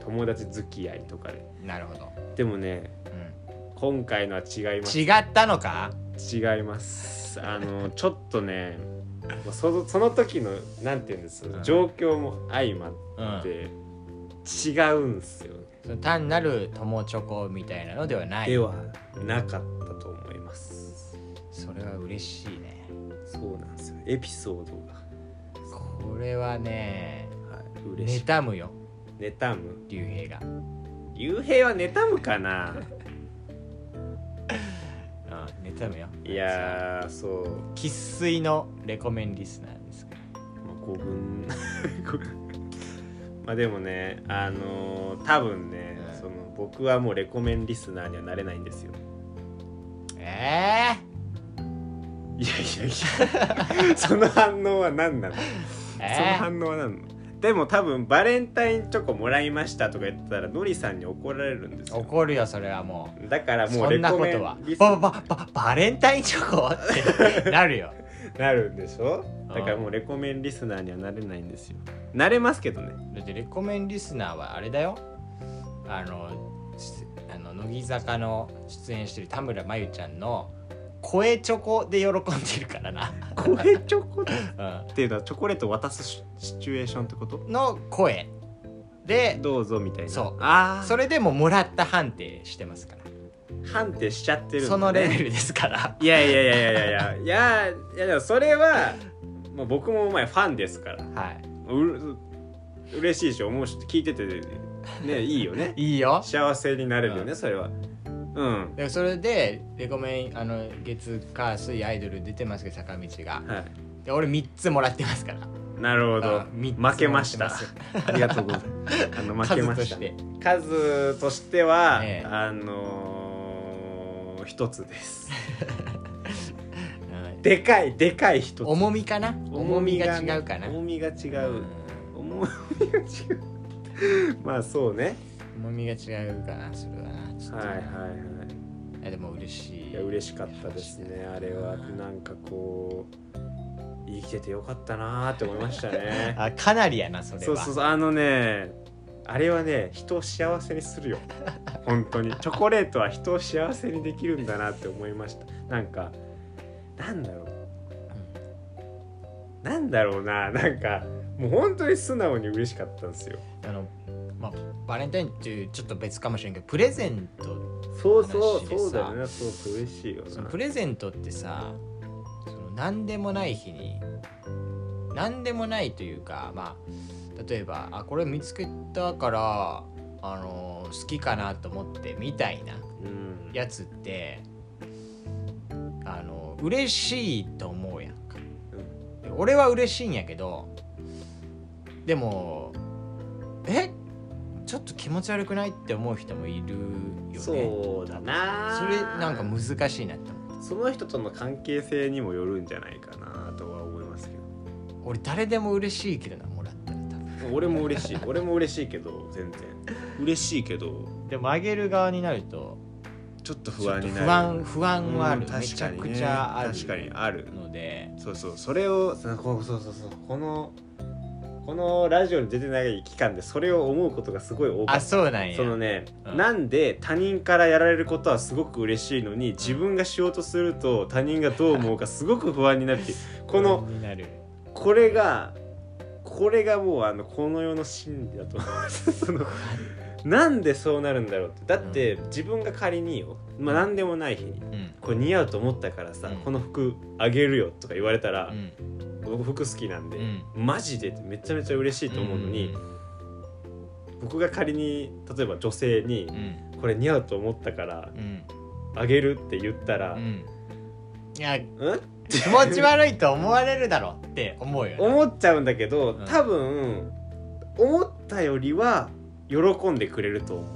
S2: 友達付き合いとかで
S1: うんなるほど、
S2: でもね
S1: うん
S2: 今回のは違います
S1: 違ったのか
S2: 違います
S1: <laughs>
S2: あのちょっとねまあそのその時のなんていうんです
S1: うん
S2: 状況も相ま
S1: う
S2: っ
S1: ん
S2: て違うんですよね、
S1: その単なる友チョコみたいなのではない
S2: ではなかったと思います
S1: それは嬉しいね
S2: そうなんですよエピソードが、
S1: これはね
S2: はい、嬉しい
S1: 妬むよ
S2: 妬む
S1: 竜兵が、うん、
S2: 竜兵は妬む
S1: <laughs>
S2: かな
S1: 妬むよ
S2: いやーそう
S1: 生粋のレコメンリスナーですか
S2: まあ、古文 <laughs> 古文まあでもねあのー多分ね、
S1: うん
S2: その僕はもうレコメンリスナーにはなれないんですよ
S1: らえ
S2: いやい
S1: <laughs>
S2: やいやその反応は何なの、
S1: ー、
S2: その
S1: えー、
S2: 反応は何なのでも多分バレンタインチョコもらいましたとか言ってたらノリさんに怒られるんですよ
S1: 怒るよそれはも
S2: だから
S1: う
S2: も
S1: そう
S2: レ
S1: んな
S2: コ
S1: こ
S2: メ
S1: とは
S2: ンリス
S1: バ
S2: ナー
S1: ババババレンタインチョコってなるよ
S2: になるんでしょ
S1: うん
S2: だからもうレコメンリスナーにはなれないんですよなれますけどね
S1: だってレコメンリスナーはあれだよあのしあの乃木坂の出演してる田村真由ちゃんの声チョコで喜んでるからな、
S2: 声チョコっ
S1: うん、
S2: ていうのはチョコレートを渡すシシチュエーションってこと
S1: の声で
S2: どうぞみたいな
S1: そう
S2: ああ
S1: それでももらった判定してますから、
S2: 判定しちゃってるんだね、
S1: そのレベルですから
S2: いやいやいやいやいやいやいやいやでもそれは、まあ、僕もお前ファンですから
S1: は
S2: う嬉しいし思うし聞いててねいいよね
S1: いいいよ
S2: 幸せになれるよ
S1: う
S2: ねそれはうん
S1: でそれでレコメンあの月火水アイドル出てますけど坂道が
S2: は
S1: で俺3つもらってますから
S2: いなるほど
S1: あ三つ
S2: 負けました
S1: 持って <laughs>
S2: ありがとうございますあの負け
S1: 数
S2: ま
S1: と
S2: した
S1: して
S2: 数としては、
S1: ええ
S2: あのー一つです
S1: うん
S2: でかいでかい一つ
S1: 重みかな重みが違うかな
S2: 重みが違
S1: ん
S2: う、重みが違うまあそうね
S1: 重みが違うかなそれはなちょっと
S2: はい
S1: な
S2: はいはい
S1: いやでも嬉しい
S2: いや嬉しかったですねあれはなんかこう生きててよかったなーって思いましたね
S1: あかなりやなそれは
S2: そうそうそうあのねあれはね人を幸せに
S1: <laughs>
S2: するよ本当にチョコレートは人を幸せにできるんだなって思いましたなんかなんだろうなんだろうななんかもう本当に素直に嬉しかったんですよ
S1: あのまあバレンタインっていうちょっと別かもしれんけどプレゼント
S2: そう
S1: そうそうだよ
S2: ねそうそう嬉しいよ
S1: そのプレゼントってさその何でもない日に何でもないというかまあ例えばあこれ見つけたからあの好きかなと思ってみたいな
S2: うん
S1: やつってあの嬉しいと思うやんか
S2: う
S1: で
S2: ん
S1: 俺は嬉しいんやけどでもえちょっと気持ち悪くないって思う人もいるよね
S2: そうだな
S1: それなんか難しいなって思う
S2: その人との関係性にもよるんじゃないかなとは思いますけど
S1: 俺誰でも嬉しいけどなもらったら多分
S2: 俺も嬉しい俺も嬉しいけど全然嬉しいけど
S1: でもあげる側になると
S2: ちょっと
S1: ち
S2: 不
S1: ょっ
S2: 安
S1: と
S2: になる
S1: 不安不安はある、
S2: うん
S1: め
S2: 確
S1: ち
S2: か
S1: ゃ
S2: にね
S1: くちゃある
S2: 確かにある
S1: ので
S2: そうそうそれをそのこうそうそうそうこのこのラジオに出てない期間でそれを思うことがすごい多か
S1: あ
S2: った
S1: そうなんや
S2: そのね、
S1: うん
S2: なんで他人からやられることはすごく嬉しいのに自分がしようとすると他人がどう思うかすごく不安になってこの
S1: 気になる
S2: これがこれがもうあのこの世の真理だと思いま
S1: <laughs>
S2: すそのなんでそうなるんだろうってだって自分が仮によ、まあ、何でもない日に
S1: うん
S2: これ似合うと思ったからさ、
S1: うん
S2: この服あげるよとか言われた
S1: う
S2: ら、
S1: ん
S2: 僕服好きなんで、
S1: うん
S2: マジでってめちゃめちゃ嬉しいと思うのに、僕が仮に例えば女性に
S1: うんうん
S2: 「これ似合うと思ったから
S1: うん
S2: あげる」って言ったら「
S1: う
S2: うん
S1: んいや
S2: っ?」
S1: 気持ち悪いと思われるだろうって思うよね
S2: 思っちゃうんだけど
S1: うん
S2: 多分思ったよりは喜んでくれると思う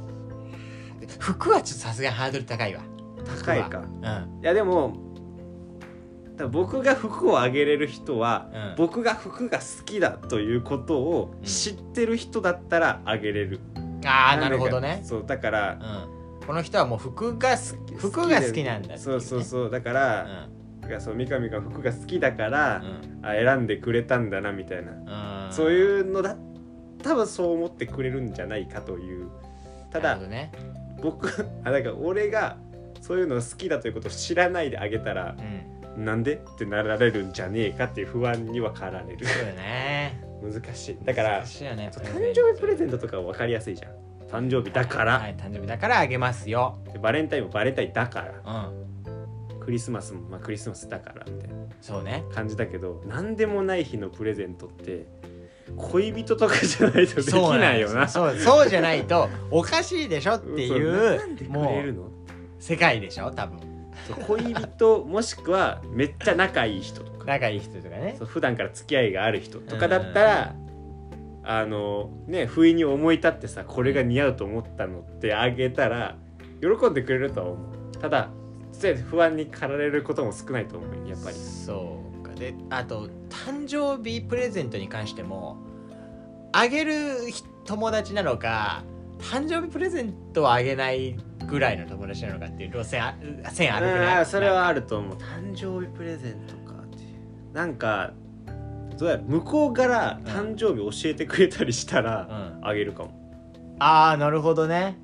S1: 服はちょっとさすがにハードル高いわ
S2: 高いか
S1: うん
S2: いやでも多分僕が服をあげれる人は、
S1: うん
S2: 僕が服が好きだということを知ってる人だったらあげれる、
S1: ああ
S2: んで
S1: な
S2: か
S1: るほどね
S2: そうだから
S1: うんこの人はもう服が好き服が好きなんだっていね
S2: そうそう
S1: う
S2: そうだか
S1: ん
S2: ら、だからそう三上が服が好きだか
S1: う
S2: ら、
S1: ん
S2: あ選んでくれたんだなみたいな、
S1: うん
S2: そういうのだ多分そう思ってくれるんじゃないかというた
S1: なる
S2: だ
S1: ほどね
S2: 僕あだから俺がそういうのが好きだということを知らないであげたら
S1: うん
S2: なんでってなられるんじゃねえかっていう不安には駆られる
S1: そうだね
S2: 難しい <laughs> だから
S1: 難しいよね
S2: そう誕生日プレゼントとかは分かりやすいじゃん誕生日だから、
S1: はい誕生日だからあげますよ
S2: でバレンタインもバレンタインだから
S1: うん
S2: クリスマスもまあクリスマスだからみたいな
S1: そうね
S2: 感じだけど何でもない日のプレゼントって恋人とかじゃない <laughs> とできないよな
S1: そうなんですよそうそうじゃないとおかしいでしょっ
S2: うん
S1: て
S2: そ
S1: い
S2: なんで
S1: う
S2: くれ
S1: もう
S2: るの
S1: 世界でしょ多分
S2: そう恋人もしくはめっちゃ仲いい人とか
S1: 仲いい人とかね
S2: そう普段から付き合いがある人とかだったら、あのね不意に思い立ってさこれが似合うと思ったのってあげたら喜んでくれるとは思うただ実際不安に駆られることも少ないと思うやっぱり
S1: そうかであと誕生日プレゼントに関してもあげる友達なのか誕生日プレゼントはあげないぐらいの友達なのかっていう路線あ線あるく
S2: うん
S1: な
S2: あ
S1: い
S2: それはあると思う誕生日プレゼントかっていうなんかどうやら向こうから誕生日教えてくれたりした
S1: う
S2: ら
S1: ん、
S2: あげるかも
S1: ああなるほどね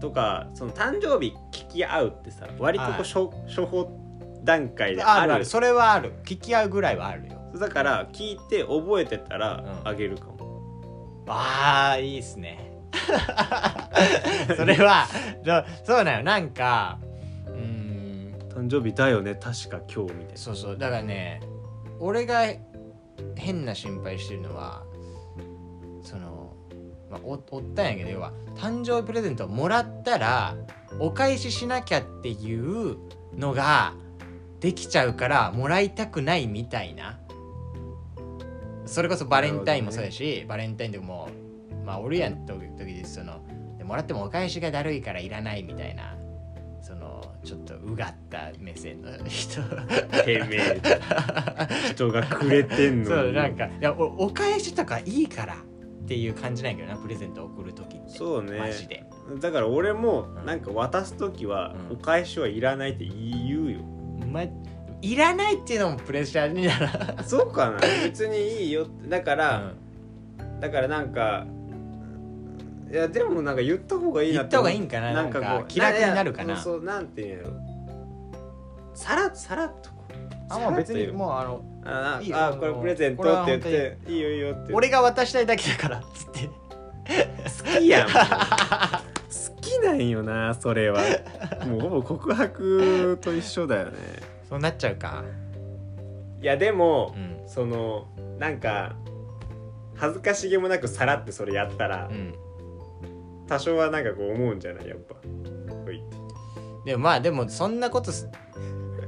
S2: とかその誕生日聞き合うってさ割とこ
S1: は
S2: う
S1: い
S2: 初初歩段階で
S1: あ
S2: あ
S1: る
S2: る
S1: あるそれはある聞き合うぐらいはあるよ
S2: だから聞いて覚えてたら
S1: うん
S2: あげるかも、
S1: あーいいっす
S2: <laughs>
S1: ねそれはどそうなのなんかうーん
S2: 誕生日だよね確か今日みたい
S1: そうそうだからね俺が変な心配してるのはその、まあ、おおったんやけど要は誕生日プレゼントをもらったらお返ししなきゃっていうのができちゃうからもらいたくないみたいなそれこそバレンタインもそうやし、バレンタインでもまあ俺やんと時でそのでもらってもお返しがだるいからいらないみたいなそのちょっとうがった目線の人
S2: なてめえ人がくれてんの
S1: <laughs>
S2: に
S1: そうなんかいやおお返しとかいいからっていう感じなんやけどなプレゼント送る時って
S2: そうね
S1: マジで
S2: だから俺も
S1: うん
S2: なんか渡す時は
S1: うん
S2: お返しはいらないって言うよ、
S1: まいらないっていうのもプレッシャーになら
S2: そうかな別にいいよってだから、だからなんかいやでもなんか言った方がいい
S1: 言
S2: なっ
S1: ってた方
S2: 思う
S1: がいいんかななんか
S2: こう
S1: 気楽になるかな
S2: やそうなんていうんやろさらさらっとこう
S1: あもう別
S2: さらっと
S1: に
S2: 言う
S1: もうあの
S2: あ
S1: いいよ
S2: あこれプレゼント
S1: これは
S2: って言って「いいよいいよ」って
S1: 俺が渡したいだけだからっつって
S2: 好きやんもう好きなんよなそれはもうほぼ告白と一緒だよね
S1: そうなっちゃうか
S2: いやでも
S1: う、ん
S2: そのなんか恥ずかしげもなくさらってそれやったら、
S1: うん
S2: 多少はなんかこう思うんじゃないやっぱほいって
S1: でもまあでもそんなことす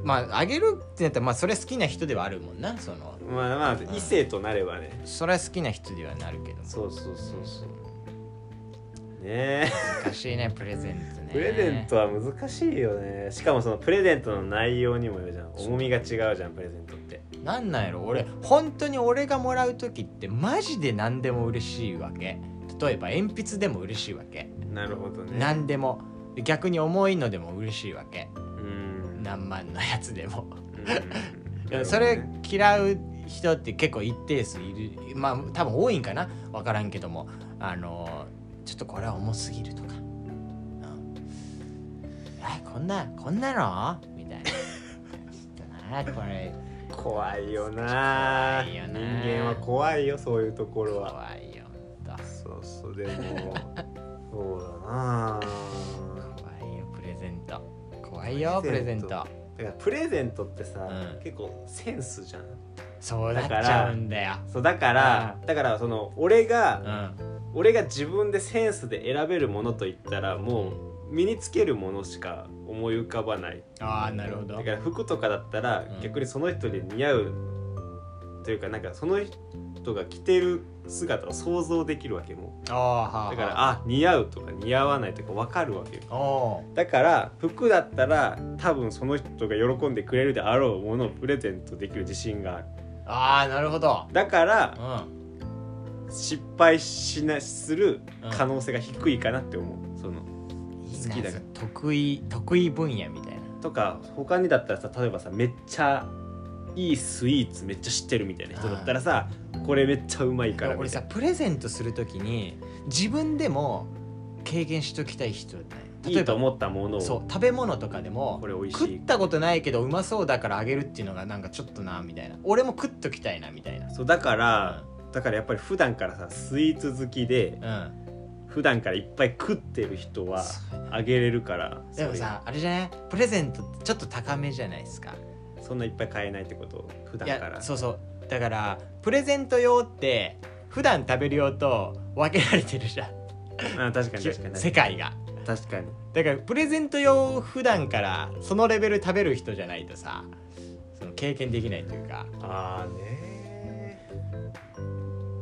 S1: まああげるってなったらまあそれ好きな人ではあるもんなその
S2: まあまあ異性となればね、
S1: それは好きな人ではなるけども
S2: そうそうそうそうねえ
S1: 難しいねプレゼントね
S2: プレゼントは難しいよねしかもそのプレゼントの内容にもよるじゃん重みが違うじゃんプレゼントって
S1: なんなんやろ俺本当に俺がもらう時ってマジで何でも嬉しいわけ例えば鉛筆でも嬉しいわけ
S2: なるほどね
S1: 何でも逆に重いのでも嬉しいわけ
S2: うん
S1: 何万のやつでも
S2: うん
S1: いやそれ嫌う人って結構一定数いるまあ多分多いんかな分からんけどもあのちょっとこれは重すぎるとか、うん、あこんなこんなのみたいなちょっとなこれ
S2: 怖いよな
S1: 怖いよな
S2: 人間は怖いよそういうところは
S1: 怖いよほんと
S2: そうそうでもそうだ <laughs> な
S1: 怖いよプレゼント怖いよプレゼント
S2: プレだからプレゼントってさ、
S1: うん
S2: 結構センスじゃん
S1: そうなっちゃうんだよ
S2: そうだから、だからその俺が、
S1: うん
S2: 俺が自分でセンスで選べるものといったらもう身につけるものしか思い浮かばない
S1: ああなるほど
S2: だから服とかだったら、
S1: うん
S2: 逆にその人に似合うというかなんかその人が着てる姿を想像できるわけも
S1: ああはあ
S2: だからあ似合うとか似合わないとか分かるわけよ
S1: あお
S2: だから服だったら多分その人が喜んでくれるであろうものをプレゼントできる自信がある
S1: ーああなるほど
S2: だから
S1: うん
S2: 失敗しなする
S1: うん
S2: 可能性が低いかなって思うその
S1: いいな
S2: 好きだから
S1: 得意得意分野みたいな
S2: とか他にだったらさ例えばさめっちゃいいスイーツめっちゃ知ってるみたいな人だったらさこれめっちゃうまいから
S1: 俺
S2: みた
S1: さ
S2: い
S1: プレゼントするときに自分でも経験しときたい人だ
S2: な
S1: ね
S2: いいと思ったものを
S1: そう食べ物とかでも
S2: これ美味し
S1: 食
S2: い
S1: ったことないけどうまそうだからあげるっていうのがなんかちょっとなみたいな俺も食っときたいなみたいな
S2: そうだからだからやっぱり普段からさスイーツ好きで
S1: うん
S2: 普段からいっぱい食ってる人は
S1: そう
S2: あげれるから
S1: でもさあれじゃないプレゼントってちょっと高めじゃないですか
S2: そういうそんないっぱい買えないってこと普
S1: い
S2: 段か
S1: や
S2: ら
S1: そうそうだからプレゼント用って普段食べる用と分けられてるじゃん
S2: あ確かに確かに
S1: 世界が
S2: 確かに
S1: だからプレゼント用を普段からそのレベル食べる人じゃないとさその経験できないというか
S2: ああね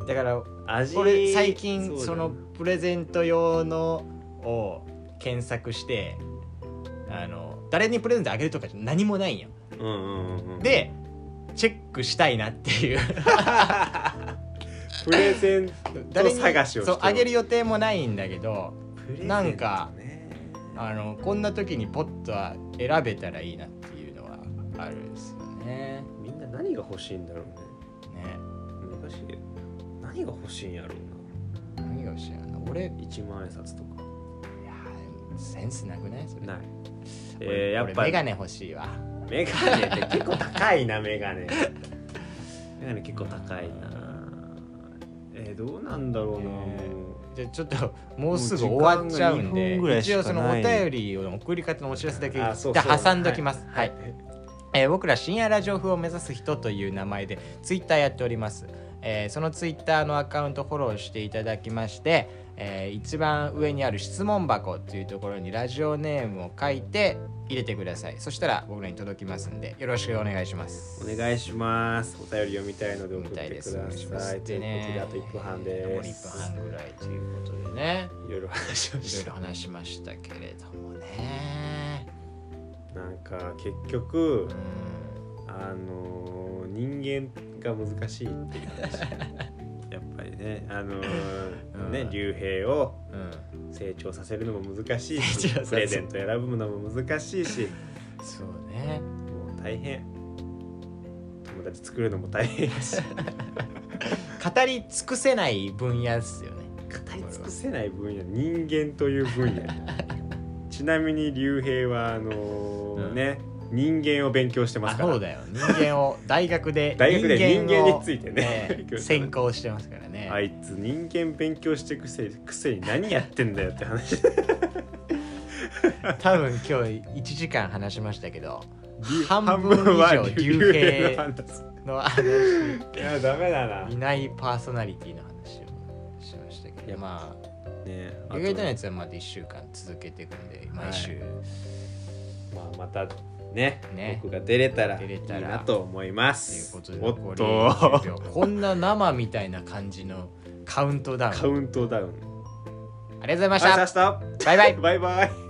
S1: だから
S2: 味
S1: 俺最近
S2: うだ
S1: そのプレゼント用のを検索してあの誰にプレゼントあげるとかじゃ何もないんよ
S2: うんうんうんうん
S1: でチェックしたいなっていう
S2: プレゼン
S1: 誰に
S2: 探しをして
S1: そ
S2: る
S1: うあげる予定もないんだけど
S2: ト
S1: なんか
S2: プレゼントね
S1: あのこんな時にポッとは選べたらいいなっていうのはあるんですよね。
S2: みんな何が欲しいんだろうね
S1: ね
S2: 難しい何が欲しいんやろう
S1: 何が欲しいの俺
S2: な1万円札とか
S1: いやーセンスなくないそれ
S2: ないえ
S1: 俺
S2: ー、やっぱ
S1: 俺メ
S2: メガ
S1: ガネ欲しいわ
S2: ネって結構高いなメガネメガネ結構高いなえー、どうなんだろうな、
S1: え
S2: もう
S1: じゃあちょっともうすぐ終わっちゃうん
S2: もう時間が二
S1: で
S2: 分ぐらいし
S1: 一
S2: かない
S1: 応そのお便りを送り方のお知らせだけ
S2: あそう
S1: 一
S2: そう
S1: 旦挟んどきますはい、
S2: はい
S1: えー僕ら深夜ラジオ風を目指す人という名前でツイッターやっております、えーそのツイッターのアカウントフォローしていただきまして、えー一番上にある質問箱というところにラジオネームを書いて入れてくださいそしたら僕らに届きますんでよろしくお願いします
S2: お願いします。お便り読みたいので送っ
S1: みたいで
S2: てく
S1: す。
S2: ださい。ということであと1分半です。
S1: 残り1分半ぐらいということでね、
S2: いろいろ話を
S1: いろ
S2: し
S1: いろ
S2: た。
S1: 話しましたけれどもね。
S2: なんか結
S1: う
S2: 局
S1: ん、
S2: あのー人間が難しいっていう話。やっぱり
S1: <laughs>
S2: ね、あのー
S1: うん
S2: ね竜兵を
S1: うん、
S2: 成長させるのも難しい
S1: 成長
S2: し
S1: さ、せ
S2: プレゼント選ぶのも難しいし、
S1: そうね。
S2: もう大変。友達作るのも大
S1: <laughs>
S2: 変だし、語
S1: 語り尽くせない分野ですよね。
S2: り尽くせない分野、人間という
S1: <laughs>
S2: 分野。ちなみに竜兵はあのー
S1: うん
S2: ね、人間を勉強してま
S1: あ、
S2: すか
S1: そ
S2: ら
S1: う。だよ。人間を大学で
S2: <laughs> 大学で人間
S1: を
S2: についてね
S1: ええ専攻してますからね。
S2: あいつ人間勉強してくせくせに何やってんだよって話
S1: 多分今日1時間話しましたけど、半分以上
S2: は
S1: 竜兵
S2: の話
S1: の話
S2: いやダメだな、
S1: い
S2: ね、
S1: ないパーソナリティの話をしましたけ
S2: い
S1: ど
S2: や
S1: ま
S2: あ
S1: あ
S2: と
S1: 意外とのやつはまだ1週間続けていくんで毎週
S2: まあ、またね
S1: ね
S2: 僕が出れたらい
S1: 出れ
S2: い
S1: たら
S2: なと思い
S1: と
S2: ま
S1: いう
S2: す
S1: ことで
S2: おっ
S1: 残り
S2: と
S1: 10秒こんな生みたいな感じのカウントダウンあ
S2: カ
S1: りがとう
S2: ウントダウン
S1: ございまし
S2: ありがとうござい
S1: た
S2: ました
S1: バイバイ
S2: バイバイ